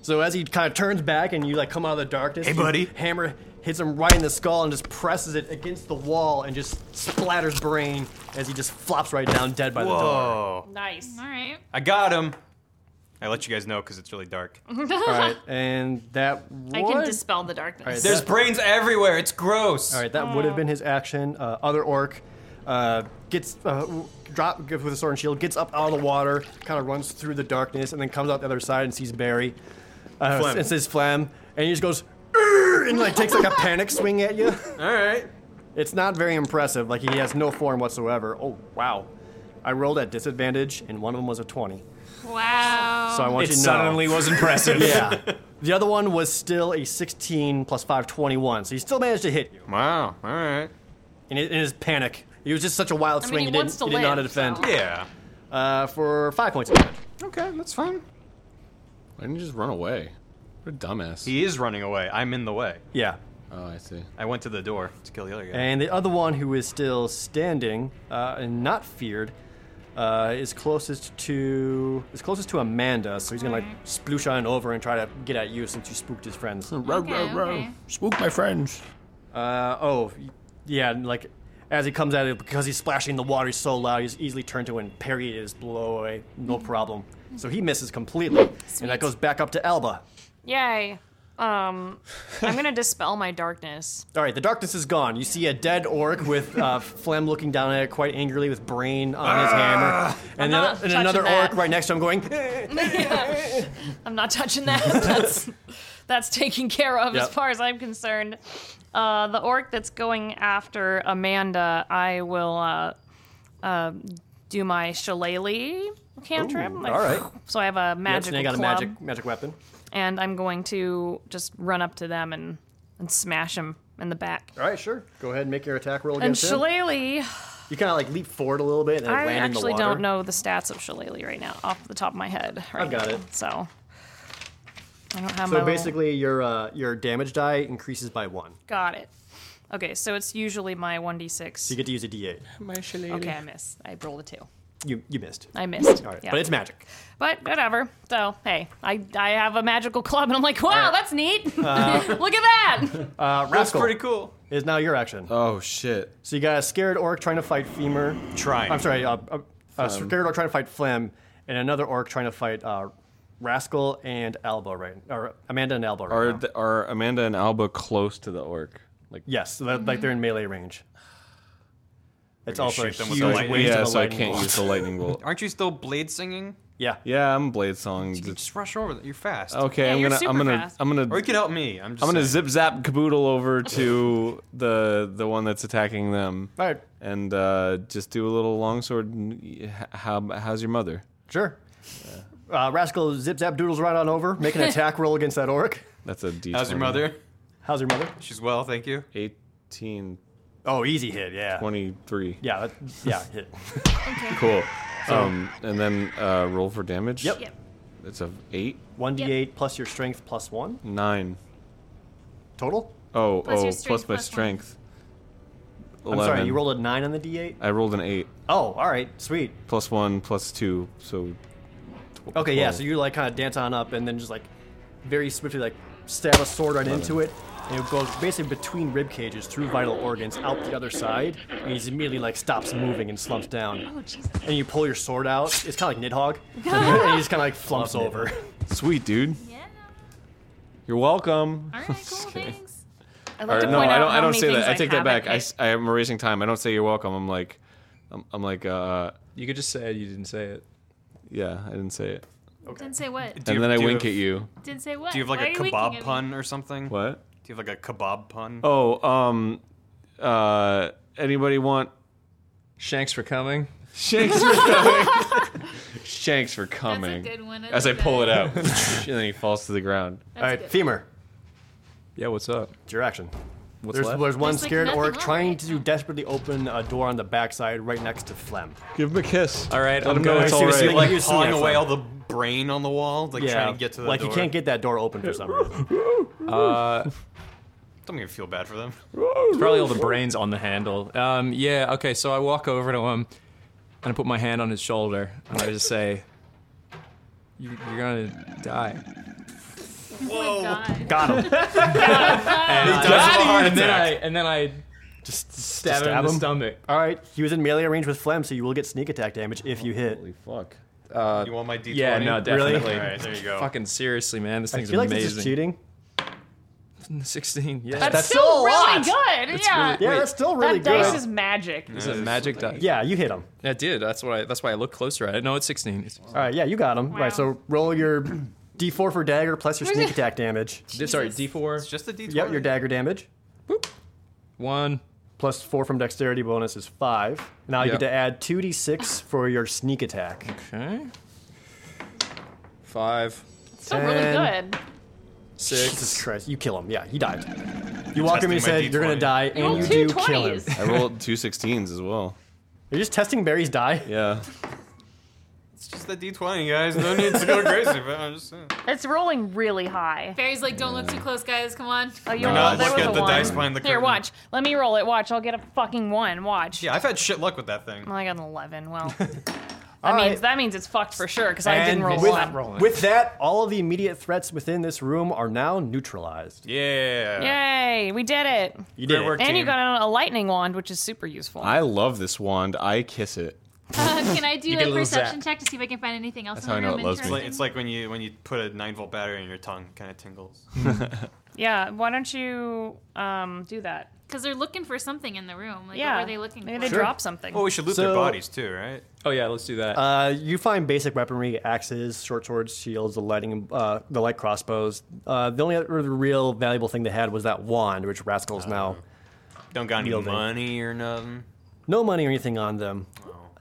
Speaker 2: So as he kind of turns back and you like come out of the darkness,
Speaker 5: Hey,
Speaker 2: you
Speaker 5: buddy.
Speaker 2: hammer hits him right in the skull and just presses it against the wall and just splatters brain as he just flops right down dead by the door.
Speaker 5: Whoa.
Speaker 6: Nice.
Speaker 7: All right.
Speaker 5: I got him. Mm-hmm. I let you guys know because it's really dark.
Speaker 2: All right, and that
Speaker 6: I can
Speaker 2: would-
Speaker 6: dispel the darkness.
Speaker 2: All right,
Speaker 5: There's
Speaker 2: that-
Speaker 5: brains everywhere. It's gross.
Speaker 2: All right, that would have been his action. Uh, other orc uh, gets uh, w- drop with a sword and shield, gets up out of the water, kind of runs through the darkness, and then comes out the other side and sees Barry. Uh,
Speaker 5: Phlegm.
Speaker 2: And says Flam, and he just goes "Urgh," and like takes like a panic swing at you.
Speaker 5: All right.
Speaker 2: It's not very impressive. Like he has no form whatsoever. Oh wow! I rolled at disadvantage, and one of them was a twenty.
Speaker 7: Wow.
Speaker 2: So I want
Speaker 9: It
Speaker 2: you to know.
Speaker 9: suddenly was impressive.
Speaker 2: yeah. The other one was still a 16 plus 5, 21. So he still managed to hit you.
Speaker 5: Wow. All right.
Speaker 2: in his, in his panic. It was just such a wild
Speaker 6: I mean,
Speaker 2: swing.
Speaker 6: he
Speaker 2: he didn't,
Speaker 6: wants to
Speaker 2: he didn't know how to
Speaker 6: live,
Speaker 2: defend.
Speaker 6: so-
Speaker 5: Yeah.
Speaker 2: Uh, for five points. of damage.
Speaker 4: Okay, that's fine. Why didn't you just run away? What a dumbass.
Speaker 5: He is running away. I'm in the way.
Speaker 2: Yeah.
Speaker 4: oh, I see.
Speaker 5: I went to the door to kill the other guy.
Speaker 2: And the other one who is still standing uh, and not feared uh, is closest to is closest to Amanda. So he's gonna like sploosh on over and try to get at you since you spooked his
Speaker 4: Hmm.
Speaker 2: friends. Uh,
Speaker 8: Row,
Speaker 7: Okay,
Speaker 8: row, row.
Speaker 7: okay.
Speaker 8: Spook my friends.
Speaker 2: oh, y- yeah. and, Like as he comes at it, because he's splashing in the water, he's so loud. He's easily turned to and parried his blow away. No
Speaker 6: Mm-hmm.
Speaker 2: problem. So he misses completely, and that goes back up to Alba.
Speaker 6: Yay. Um, I'm gonna dispel my darkness.
Speaker 2: All right, the darkness is gone. You see a dead orc with uh, Flem looking down at it quite angrily with brain on his hammer, and, ano-
Speaker 6: I'm not
Speaker 2: and
Speaker 6: touching
Speaker 2: another
Speaker 6: that.
Speaker 2: orc right next to him going. "Eh."
Speaker 6: I'm not touching that. that's that's taken care of as
Speaker 2: Yep.
Speaker 6: far as I'm concerned. Uh, the orc that's going after Amanda, I will uh, uh, do my shillelagh cantrip.
Speaker 2: all right.
Speaker 6: So I have
Speaker 2: Yep,
Speaker 6: a
Speaker 2: so
Speaker 6: magical
Speaker 2: now you got a
Speaker 6: club,
Speaker 2: magic magic weapon.
Speaker 6: and I'm going to just run up to them and and smash them in the back.
Speaker 2: All right, sure. Go ahead and make your attack roll
Speaker 6: And
Speaker 2: against him.
Speaker 6: shillelagh,
Speaker 2: You kind of like leap forward a little bit and then
Speaker 6: I
Speaker 2: land in the water.
Speaker 6: actually don't know the stats of shillelagh right now, off the top of my head. Right
Speaker 2: got
Speaker 6: now.
Speaker 2: it.
Speaker 6: So I don't have my.
Speaker 2: So
Speaker 6: little-
Speaker 2: basically, your uh, your damage die increases by one.
Speaker 6: Got it. Okay, so it's usually my 1d6.
Speaker 2: You get to use a d8.
Speaker 6: okay, I miss. I rolled a 2.
Speaker 2: You you missed.
Speaker 6: I missed.
Speaker 2: All right,
Speaker 6: Yeah.
Speaker 2: but it's magic.
Speaker 6: But whatever. So, hey, I, I have a magical club and I'm like, wow, that's neat. Look at that.
Speaker 2: Uh, Rascal
Speaker 5: Pretty cool.
Speaker 2: is now your action.
Speaker 4: Oh, shit.
Speaker 2: So you got a scared orc trying to fight Femur.
Speaker 5: Trying.
Speaker 2: I'm sorry, uh, uh, a scared orc trying to fight Flim, and another orc trying to fight uh, Rascal and Alba, right? Or Amanda and Alba, right?
Speaker 4: Are,
Speaker 2: now.
Speaker 4: the, are Amanda and Alba close to the orc? Like,
Speaker 2: yes, so that, like they're in melee range. It's also a
Speaker 5: shoot them with
Speaker 2: huge
Speaker 5: the lightning
Speaker 2: waste
Speaker 4: yeah,
Speaker 2: of a
Speaker 4: so I
Speaker 2: lightning
Speaker 4: can't
Speaker 2: bolt.
Speaker 4: use the lightning bolt.
Speaker 5: Aren't you still blade singing?
Speaker 2: Yeah.
Speaker 4: Yeah, I'm blade song.
Speaker 5: You just rush over that. You're fast.
Speaker 4: Okay,
Speaker 6: Yeah,
Speaker 4: I'm
Speaker 6: you're
Speaker 4: gonna,
Speaker 6: super
Speaker 4: I'm gonna,
Speaker 6: fast.
Speaker 4: I'm gonna,
Speaker 5: Or you can help me. Oh. I'm just
Speaker 4: I'm gonna
Speaker 5: saying.
Speaker 4: zip zap caboodle over to the the one that's attacking them,
Speaker 2: All right,
Speaker 4: and uh, just do a little longsword. and y- h- How, how's your mother?
Speaker 2: sure. Uh, Rascal zip zap doodles right on over, make an attack roll against that orc.
Speaker 4: That's a D.
Speaker 5: How's your
Speaker 4: 20.
Speaker 5: mother?
Speaker 2: How's your mother?
Speaker 5: She's well, thank you.
Speaker 4: 18,
Speaker 2: Oh, easy hit, yeah.
Speaker 4: 23.
Speaker 2: Yeah, that, yeah, hit.
Speaker 4: Cool. Um, and then uh, roll for damage.
Speaker 2: Yep.
Speaker 7: Yep.
Speaker 4: It's a eight,
Speaker 2: 1d8 plus your strength plus 1
Speaker 4: nine.
Speaker 2: total.
Speaker 4: Oh,
Speaker 7: Plus
Speaker 4: oh,
Speaker 7: your
Speaker 4: plus
Speaker 7: strength
Speaker 4: my
Speaker 7: plus one.
Speaker 4: strength.
Speaker 2: I'm sorry, you rolled a 9 on the d8?
Speaker 4: I rolled an eight,
Speaker 2: Oh, all right, sweet.
Speaker 4: plus one, plus two, so. tw-
Speaker 2: Okay, yeah. So
Speaker 4: 12.
Speaker 2: you like kind of dance on up, and then just like very swiftly like stab a sword right into it, and it goes basically between rib cages through vital organs out the other side, and he immediately like stops moving and slumps down.
Speaker 7: Oh Jesus.
Speaker 2: And you pull your sword out. It's kind of like Nidhogg, and he just kind of like flumps over.
Speaker 4: Sweet, dude.
Speaker 7: Yeah.
Speaker 4: You're welcome.
Speaker 7: All right. Cool. Thanks.
Speaker 6: I'd
Speaker 4: Or,
Speaker 6: like to
Speaker 4: no,
Speaker 6: point
Speaker 4: I
Speaker 6: out
Speaker 4: don't.
Speaker 6: how
Speaker 4: I don't
Speaker 6: many
Speaker 4: say
Speaker 6: things
Speaker 4: that. I take that
Speaker 6: haven't
Speaker 4: back. I,
Speaker 6: hit.
Speaker 4: s- I am erasing time. I don't say you're welcome. I'm like, I'm, I'm like, uh,
Speaker 8: You could just say you didn't say it.
Speaker 4: yeah, I didn't say it.
Speaker 7: Didn't say what.
Speaker 5: Do you-
Speaker 4: and then I
Speaker 5: do you
Speaker 4: wink
Speaker 5: have-
Speaker 4: at you.
Speaker 7: Didn't say what.
Speaker 5: Mm. Do you have like
Speaker 7: Why are
Speaker 5: a
Speaker 7: winking at
Speaker 5: kebab
Speaker 7: me?
Speaker 5: pun or something?
Speaker 4: What?
Speaker 5: Do you have like a kebab pun?
Speaker 4: Oh, um, uh, anybody want
Speaker 3: Shanks for coming.
Speaker 4: Shanks for coming? Shanks for coming.
Speaker 7: That's a good one.
Speaker 4: As I
Speaker 7: like
Speaker 4: pull
Speaker 7: that.
Speaker 4: it out, and then he falls to the ground.
Speaker 7: That's
Speaker 2: All right,
Speaker 7: good.
Speaker 2: femur.
Speaker 1: Yeah, what's up?
Speaker 2: It's your action.
Speaker 1: What's
Speaker 2: There's,
Speaker 1: left?
Speaker 2: there's one
Speaker 7: There's, like,
Speaker 2: scared
Speaker 7: nothing
Speaker 2: orc
Speaker 7: on
Speaker 2: trying
Speaker 7: it.
Speaker 2: to desperately open a door on the backside right next to Flem.
Speaker 4: Give him a kiss.
Speaker 1: All right,
Speaker 4: Let
Speaker 1: I'm
Speaker 4: him know
Speaker 1: going
Speaker 4: it's
Speaker 1: to-
Speaker 4: all
Speaker 5: Is he
Speaker 4: right.
Speaker 2: Like,
Speaker 5: like
Speaker 2: you see
Speaker 5: pawing
Speaker 2: it
Speaker 5: away
Speaker 2: from-
Speaker 5: all the brain on the wall, like trying to get to the
Speaker 2: like
Speaker 5: door?
Speaker 2: you can't get that door open for some reason.
Speaker 5: Don't even feel bad for them.
Speaker 1: Probably all the brains on the handle. Um, yeah, okay, so I walk over to him and I put my hand on his shoulder and I just say, you, You're gonna die.
Speaker 7: Oh my God.
Speaker 2: Got him.
Speaker 1: and, then I, and then I
Speaker 2: just
Speaker 1: stab, him in the stomach.
Speaker 2: All right, he was in melee range with Flem, so you will get sneak attack damage if you hit.
Speaker 4: Holy fuck.
Speaker 5: You want my D20?
Speaker 1: Yeah, no, definitely.
Speaker 5: All right, there you go.
Speaker 1: Fucking seriously, man, this
Speaker 2: I
Speaker 1: thing's
Speaker 2: feel like this is
Speaker 1: amazing.
Speaker 2: cheating.
Speaker 1: 16, yeah.
Speaker 6: That's,
Speaker 2: That's
Speaker 6: still,
Speaker 2: still a
Speaker 6: really
Speaker 2: lot.
Speaker 6: good. yeah.
Speaker 1: really-
Speaker 2: Yeah,
Speaker 1: Wait.
Speaker 2: that's still
Speaker 6: that
Speaker 2: really
Speaker 6: dice
Speaker 2: good.
Speaker 6: is magic.
Speaker 1: This is a magic die.
Speaker 2: yeah, you hit him.
Speaker 1: I did. That's what I. That's why I looked closer at it. No, it's 16. It's,
Speaker 2: All right, yeah, you got him. All
Speaker 6: Wow.
Speaker 2: right, so roll your d4 for dagger plus your
Speaker 6: Where's
Speaker 2: sneak
Speaker 6: it?
Speaker 2: attack damage.
Speaker 1: sorry,
Speaker 7: Jesus.
Speaker 5: It's
Speaker 1: D4.
Speaker 5: just a D20.
Speaker 2: Yep, your dagger damage
Speaker 1: One.
Speaker 2: plus four from dexterity bonus is five. Now you
Speaker 1: Yeah.
Speaker 2: get to add two d6 for your sneak attack.
Speaker 1: Okay. Five.
Speaker 6: It's still really
Speaker 2: Ten.
Speaker 6: good.
Speaker 1: Six.
Speaker 2: Jesus Christ, you kill him. Yeah, he died. You walk him and you
Speaker 5: testing my
Speaker 2: said you're gonna
Speaker 5: D20.
Speaker 2: die,
Speaker 6: Roll
Speaker 2: and you
Speaker 6: two
Speaker 2: do kill him.
Speaker 6: 20s.
Speaker 4: I rolled two 16s as well.
Speaker 2: Are you just testing Barry's die?
Speaker 4: Yeah.
Speaker 5: It's just a D20, guys. No need to go crazy. But I'm just saying.
Speaker 6: It's rolling really high.
Speaker 7: Barry's like, don't look too close, guys. Come on.
Speaker 6: Oh, you
Speaker 5: not
Speaker 6: there
Speaker 5: look
Speaker 6: was
Speaker 5: at
Speaker 6: a
Speaker 5: the
Speaker 6: one.
Speaker 5: dice behind the
Speaker 6: Here,
Speaker 5: curtain.
Speaker 6: watch. Let me roll it. Watch. I'll get a fucking one. Watch.
Speaker 5: Yeah, I've had shit luck with that thing.
Speaker 6: Well, I got an eleven. Well, that
Speaker 2: right.
Speaker 6: means that means it's fucked for sure because I didn't roll
Speaker 2: with,
Speaker 6: one.
Speaker 2: with that, all of the immediate threats within this room are now neutralized.
Speaker 5: Yeah.
Speaker 6: Yay, we did it!
Speaker 2: You did
Speaker 5: Great
Speaker 2: it.
Speaker 5: work.
Speaker 6: And you
Speaker 5: Team.
Speaker 6: got a lightning wand, which is super useful.
Speaker 4: I love this wand. I kiss it.
Speaker 7: Uh, can I do
Speaker 1: get a
Speaker 7: a,
Speaker 1: little
Speaker 7: perception
Speaker 1: zap.
Speaker 7: check to see if I can find anything else
Speaker 4: That's how I
Speaker 7: in the
Speaker 4: know
Speaker 7: room
Speaker 4: it loves me.
Speaker 5: It's like, it's
Speaker 7: interesting?
Speaker 5: like when you when you put a nine volt battery in your tongue, kind of tingles.
Speaker 6: yeah, why don't you um, do that?
Speaker 7: Because they're looking for something in the room. Like,
Speaker 6: yeah,
Speaker 7: what were they looking
Speaker 6: Maybe
Speaker 7: for?
Speaker 6: they drop something.
Speaker 5: Well, we should loot
Speaker 2: So-
Speaker 5: their bodies too, right?
Speaker 1: Oh yeah, let's do that.
Speaker 2: Uh, you find basic weaponry: axes, short swords, shields, the lighting, uh, the light crossbows. Uh, the only other real valuable thing they had was that wand, which Rascal's now
Speaker 5: Don't got any
Speaker 2: Yielding.
Speaker 5: money or nothing.
Speaker 2: no money or anything on them.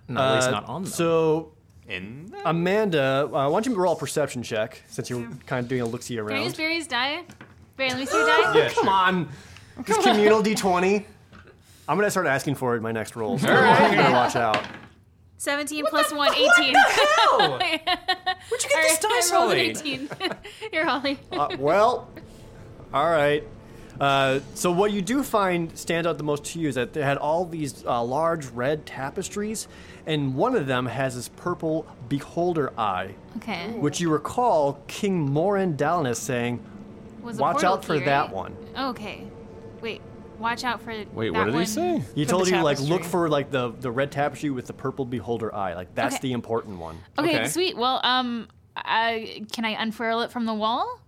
Speaker 1: no, at least
Speaker 2: Uh,
Speaker 1: not on them.
Speaker 2: So
Speaker 5: In there?
Speaker 2: Amanda, uh, why don't you roll a perception check since you're kind of doing a look see
Speaker 7: Can I use
Speaker 2: around?
Speaker 7: Barry's die? Barry, let me see your die.
Speaker 5: Yeah,
Speaker 2: Come on, this communal d20. I'm gonna start asking for it in my next roll. So you gotta watch out.
Speaker 7: 17 plus 1, 18. Where'd you get this dice, I rolled an 18. Here, Holly.
Speaker 2: Uh, well, all right. Uh, so what you do find stand out the most to you is that they had all these uh, large red tapestries, and one of them has this purple beholder eye,
Speaker 7: okay.
Speaker 2: which you recall King Morin Dalinus saying,
Speaker 7: Was a
Speaker 2: "Watch
Speaker 7: portal
Speaker 2: out for
Speaker 7: key,
Speaker 2: that
Speaker 7: right?
Speaker 2: one."
Speaker 7: Okay. Wait. Watch out for
Speaker 4: Wait,
Speaker 7: that
Speaker 4: what did
Speaker 7: one.
Speaker 4: he say?
Speaker 2: He told
Speaker 6: the
Speaker 2: you like look
Speaker 6: tapestry.
Speaker 2: for like the the red tapestry with the purple beholder eye, like that's
Speaker 7: Okay.
Speaker 2: the important one.
Speaker 7: Okay,
Speaker 1: Okay.
Speaker 7: sweet. Well, um, I, can I unfurl it from the wall?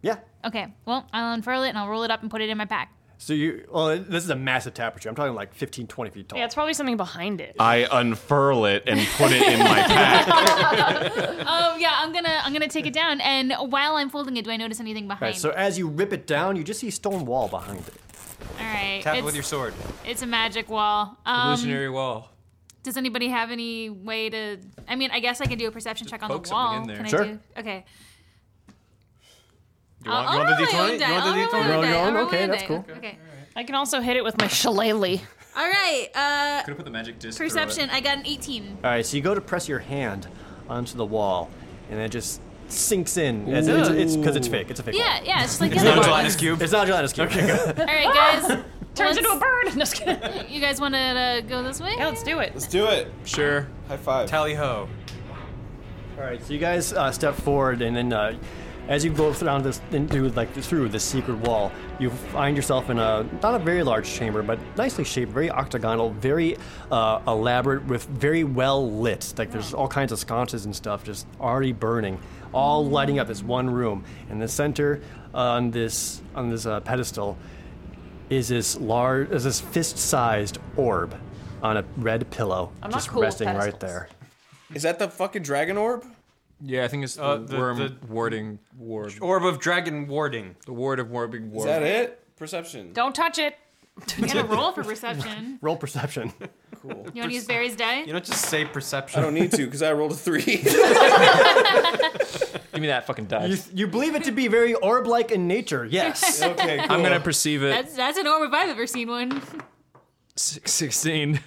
Speaker 2: Yeah.
Speaker 7: Okay. Well, I'll unfurl it and I'll roll it up and put it in my pack.
Speaker 2: So you, well, this is a massive tapestry. I'm talking like 15, 20 feet tall.
Speaker 6: yeah, it's probably something behind
Speaker 5: Uh,
Speaker 6: it.
Speaker 4: I unfurl it and put it in my pack.
Speaker 7: Oh yeah, I'm gonna I'm gonna take it down. And while I'm folding it, do I notice anything behind?
Speaker 2: All right, so as you rip it down, you just see a stone wall behind it.
Speaker 7: All right,
Speaker 5: Tap it
Speaker 7: it's,
Speaker 5: with your sword.
Speaker 7: it's a magic wall. Um,
Speaker 1: Illusionary wall.
Speaker 7: does anybody have any way to? I mean, I guess I can do a perception check on the
Speaker 1: poke something
Speaker 7: wall.
Speaker 1: in there.
Speaker 7: Can I
Speaker 2: Sure.
Speaker 7: do? Okay.
Speaker 5: You want,
Speaker 7: I'll-
Speaker 5: you want
Speaker 7: I'll
Speaker 5: the
Speaker 7: roll my own
Speaker 5: D20?
Speaker 7: die.
Speaker 5: You want the
Speaker 7: I'll
Speaker 5: D20?
Speaker 7: roll my own
Speaker 2: Roll your
Speaker 7: die.
Speaker 2: own?
Speaker 7: I'll roll my
Speaker 2: Okay,
Speaker 7: own
Speaker 2: that's
Speaker 7: die.
Speaker 2: cool.
Speaker 7: Okay.
Speaker 6: I can also hit it with my shillelagh.
Speaker 7: All right. Uh,
Speaker 1: Could have put the magic disc.
Speaker 7: perception. I got an 18.
Speaker 2: All right, so you go to press your hand onto the wall, and it just sinks in. As it's because it's, 'cause it's fake. It's a fake.
Speaker 7: Yeah, yeah. It's just like the
Speaker 5: No
Speaker 7: other one.
Speaker 5: gelatinous cube.
Speaker 2: Wall. It's not a gelatinous cube. Okay,
Speaker 7: All right, guys.
Speaker 6: Turns
Speaker 7: let's-
Speaker 6: into a bird. No, just kidding.
Speaker 7: You guys want to uh, go this way?
Speaker 6: Yeah, let's do it.
Speaker 3: Do it.
Speaker 1: Sure.
Speaker 3: High five.
Speaker 5: Tally ho.
Speaker 2: All right, so you guys uh, step forward, and then uh, as you go down this into like through this secret wall, you find yourself in a not a very large chamber, but nicely shaped, very octagonal, very uh, elaborate, with very well lit. Like there's all kinds of sconces and stuff just already burning, all lighting up this one room. In the center, on this on this uh, pedestal, is this large, is this fist-sized orb on a red pillow,
Speaker 6: I'm not
Speaker 2: just
Speaker 6: cool with
Speaker 2: resting right
Speaker 6: pedestals.
Speaker 2: there.
Speaker 3: Is that the fucking dragon orb? Yeah, I think it's the,
Speaker 5: Uh, the-
Speaker 3: worm
Speaker 5: the-
Speaker 3: warding ward.
Speaker 5: Orb of Dragon Warding.
Speaker 3: The ward of warping ward.
Speaker 4: it? Perception.
Speaker 6: Don't touch it.
Speaker 7: You gotta roll for perception.
Speaker 2: Roll perception.
Speaker 7: You wanna use Barry's die?
Speaker 5: You don't just say perception.
Speaker 4: need to because I rolled a three.
Speaker 10: Give me that fucking dice.
Speaker 2: You, you believe it to be very orb-like in nature. Yes.
Speaker 4: okay,
Speaker 3: I'm gonna perceive it.
Speaker 7: That's that's an orb if I've ever seen one.
Speaker 3: Six- Sixteen.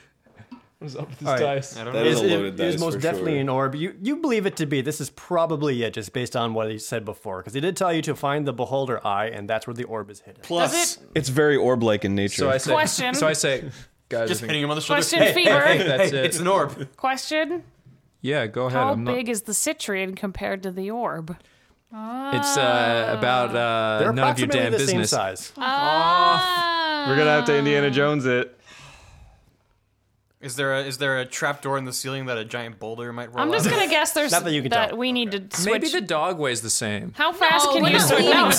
Speaker 3: What's up with this dice?
Speaker 5: I don't
Speaker 4: That
Speaker 5: know.
Speaker 4: is a
Speaker 2: It-
Speaker 4: loaded
Speaker 2: it is
Speaker 4: dice
Speaker 2: most
Speaker 4: for
Speaker 2: definitely
Speaker 4: sure.
Speaker 2: an orb. You you believe it to be. This is probably it, just based on what he said before, because he did tell you to find the beholder eye, and that's where the orb is hidden.
Speaker 4: Plus, it's very orb-like in nature.
Speaker 3: So I say.
Speaker 6: Question.
Speaker 3: So I say, guys.
Speaker 5: Just
Speaker 3: I
Speaker 5: hitting
Speaker 3: think,
Speaker 5: him on the shoulder.
Speaker 6: Question
Speaker 5: Hey,
Speaker 6: fever.
Speaker 3: I think that's it.
Speaker 5: it's an orb.
Speaker 6: Question.
Speaker 3: yeah, go ahead.
Speaker 6: How
Speaker 3: I'm not-
Speaker 6: big is the citrian compared to the orb?
Speaker 3: It's uh, about uh,
Speaker 2: They're
Speaker 3: none of your
Speaker 2: approximately
Speaker 3: damn
Speaker 2: the
Speaker 3: business.
Speaker 2: same size.
Speaker 4: We're gonna have to Indiana Jones it.
Speaker 5: Is there a, is there a trap door in the ceiling that a giant boulder might roll
Speaker 6: I'm just
Speaker 5: out?
Speaker 6: gonna guess there's
Speaker 2: Not that you can tell.
Speaker 6: we need to switch.
Speaker 3: Maybe the dog weighs the same.
Speaker 6: How fast
Speaker 7: No,
Speaker 6: can
Speaker 7: we're
Speaker 6: you
Speaker 7: not
Speaker 6: switch?
Speaker 7: leaving
Speaker 6: No,
Speaker 7: the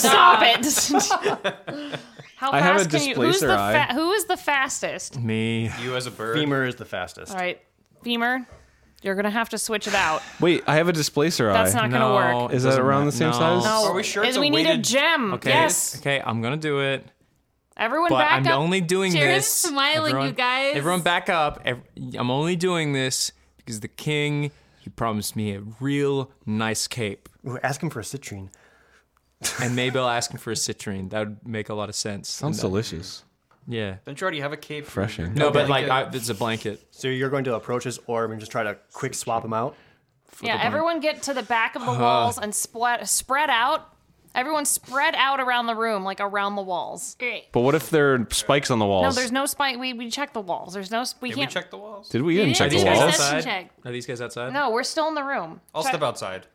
Speaker 6: stop
Speaker 7: dog.
Speaker 6: it. How
Speaker 4: I have a
Speaker 6: fast can you? Who's
Speaker 4: displacer
Speaker 6: the
Speaker 4: eye.
Speaker 6: fa- who is the fastest?
Speaker 3: Me.
Speaker 5: You as a bird.
Speaker 2: Femur is the fastest.
Speaker 6: All right, femur, you're gonna have to switch it out.
Speaker 4: Wait, I have a displacer
Speaker 6: That's
Speaker 4: eye.
Speaker 6: not gonna
Speaker 3: No,
Speaker 6: work.
Speaker 3: it
Speaker 4: Is that
Speaker 3: doesn't
Speaker 4: around
Speaker 3: ma-
Speaker 4: the same
Speaker 3: no.
Speaker 4: size?
Speaker 6: No,
Speaker 5: Are we sure it's
Speaker 6: Is
Speaker 5: a
Speaker 6: we need a
Speaker 5: weighted-
Speaker 6: gem?
Speaker 3: Okay.
Speaker 6: Yes.
Speaker 3: Okay, I'm gonna do it.
Speaker 6: Everyone
Speaker 3: But
Speaker 6: back
Speaker 3: I'm
Speaker 6: up.
Speaker 3: only doing
Speaker 7: Jared's
Speaker 3: this.
Speaker 7: smiling,
Speaker 3: everyone,
Speaker 7: you guys.
Speaker 3: Everyone back up. Ev- I'm only doing this because the king, he promised me a real nice cape.
Speaker 2: Ooh, ask him for a citrine.
Speaker 3: And maybe I'll ask him for a citrine. That would make a lot of sense.
Speaker 4: Sounds delicious.
Speaker 3: yeah.
Speaker 5: Don't you already have a cape?
Speaker 4: Refreshing.
Speaker 3: No, but like, I, it's a blanket.
Speaker 2: So you're going to approach his orb and just try to quick swap him out.
Speaker 6: Yeah, everyone get to the back of the
Speaker 3: Uh-huh.
Speaker 6: walls and splat- spread out. Everyone spread out around the room, like around the walls.
Speaker 7: Great.
Speaker 4: But what if there are spikes on the
Speaker 6: No,
Speaker 4: walls?
Speaker 6: there's no spike. We, we checked the walls. There's no. s- We
Speaker 5: Did we
Speaker 6: can't.
Speaker 5: check the walls?
Speaker 4: Did we even
Speaker 7: Yeah,
Speaker 4: check
Speaker 7: yeah,
Speaker 4: the
Speaker 7: yeah.
Speaker 4: walls?
Speaker 7: Perception
Speaker 3: outside?
Speaker 7: check.
Speaker 3: Are these guys outside?
Speaker 6: No, we're still in the room.
Speaker 5: I'll
Speaker 6: Check-
Speaker 5: step outside.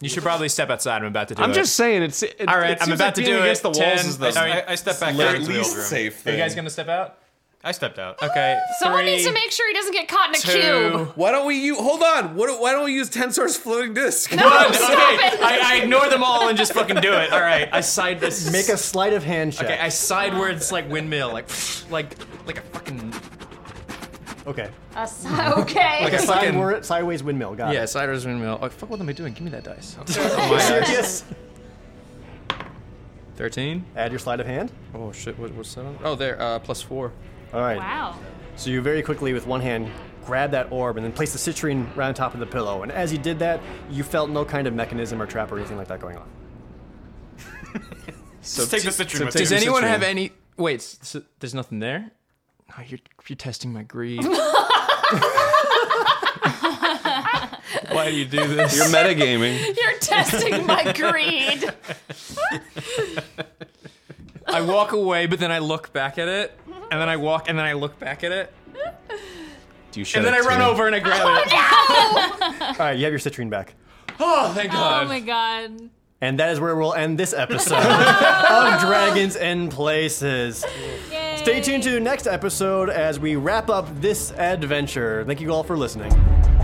Speaker 3: You should probably step outside. I'm about to do
Speaker 4: I'm
Speaker 3: it.
Speaker 4: just saying it's. It,
Speaker 3: All right,
Speaker 4: it
Speaker 3: I'm
Speaker 4: seems
Speaker 3: about
Speaker 4: like
Speaker 3: to
Speaker 4: being
Speaker 3: do it.
Speaker 4: against the
Speaker 3: Ten.
Speaker 4: walls is the.
Speaker 6: Oh,
Speaker 3: All right.
Speaker 5: I, I step back out into the old room.
Speaker 3: Are you guys gonna step out?
Speaker 5: I stepped out.
Speaker 3: Okay.
Speaker 6: Someone
Speaker 3: three,
Speaker 6: needs to make sure he doesn't get caught in a
Speaker 3: two,
Speaker 6: cube.
Speaker 11: Why don't we use? Hold on. What, why don't we use Tensor's floating disc?
Speaker 6: No, stop it.
Speaker 3: I, I ignore them all and just fucking do it. All right, I side this.
Speaker 2: Make a sleight of hand check.
Speaker 3: Okay, I side where it's like windmill, like like like a fucking
Speaker 2: Okay.
Speaker 6: Uh, so- okay.
Speaker 3: like a
Speaker 2: Side
Speaker 3: fucking
Speaker 2: wor- sideways windmill. Got
Speaker 3: yeah,
Speaker 2: it.
Speaker 3: side where's windmill. Oh fuck, what am I doing? Give me that dice.
Speaker 2: Serious.
Speaker 3: Thirteen.
Speaker 2: Add your sleight of hand.
Speaker 3: Oh shit, what, what's that on? Oh, there, uh, plus four.
Speaker 2: All right.
Speaker 7: Wow.
Speaker 2: So you very quickly, with one hand, grab that orb and then place the citrine right on top of the pillow. And as you did that, you felt no kind of mechanism or trap or anything like that going on.
Speaker 5: Just take the citrine with
Speaker 3: Does
Speaker 5: you.
Speaker 3: anyone have any? Wait, s- s- there's nothing there. Oh, you're you're testing my greed. Why do you do this?
Speaker 4: You're metagaming.
Speaker 6: You're testing my greed.
Speaker 3: I walk away, but then I look back at it, and then I walk, and then I look back at it,
Speaker 4: Do you
Speaker 3: and then I run over and I
Speaker 4: Oh
Speaker 3: grab it.
Speaker 2: All right, you have your citrine back.
Speaker 3: Oh, thank
Speaker 7: Oh
Speaker 3: God!
Speaker 7: my god.
Speaker 2: And that is where we'll end this episode of Dragons and Places. Stay tuned to the next episode as we wrap up this adventure. Thank you all for listening.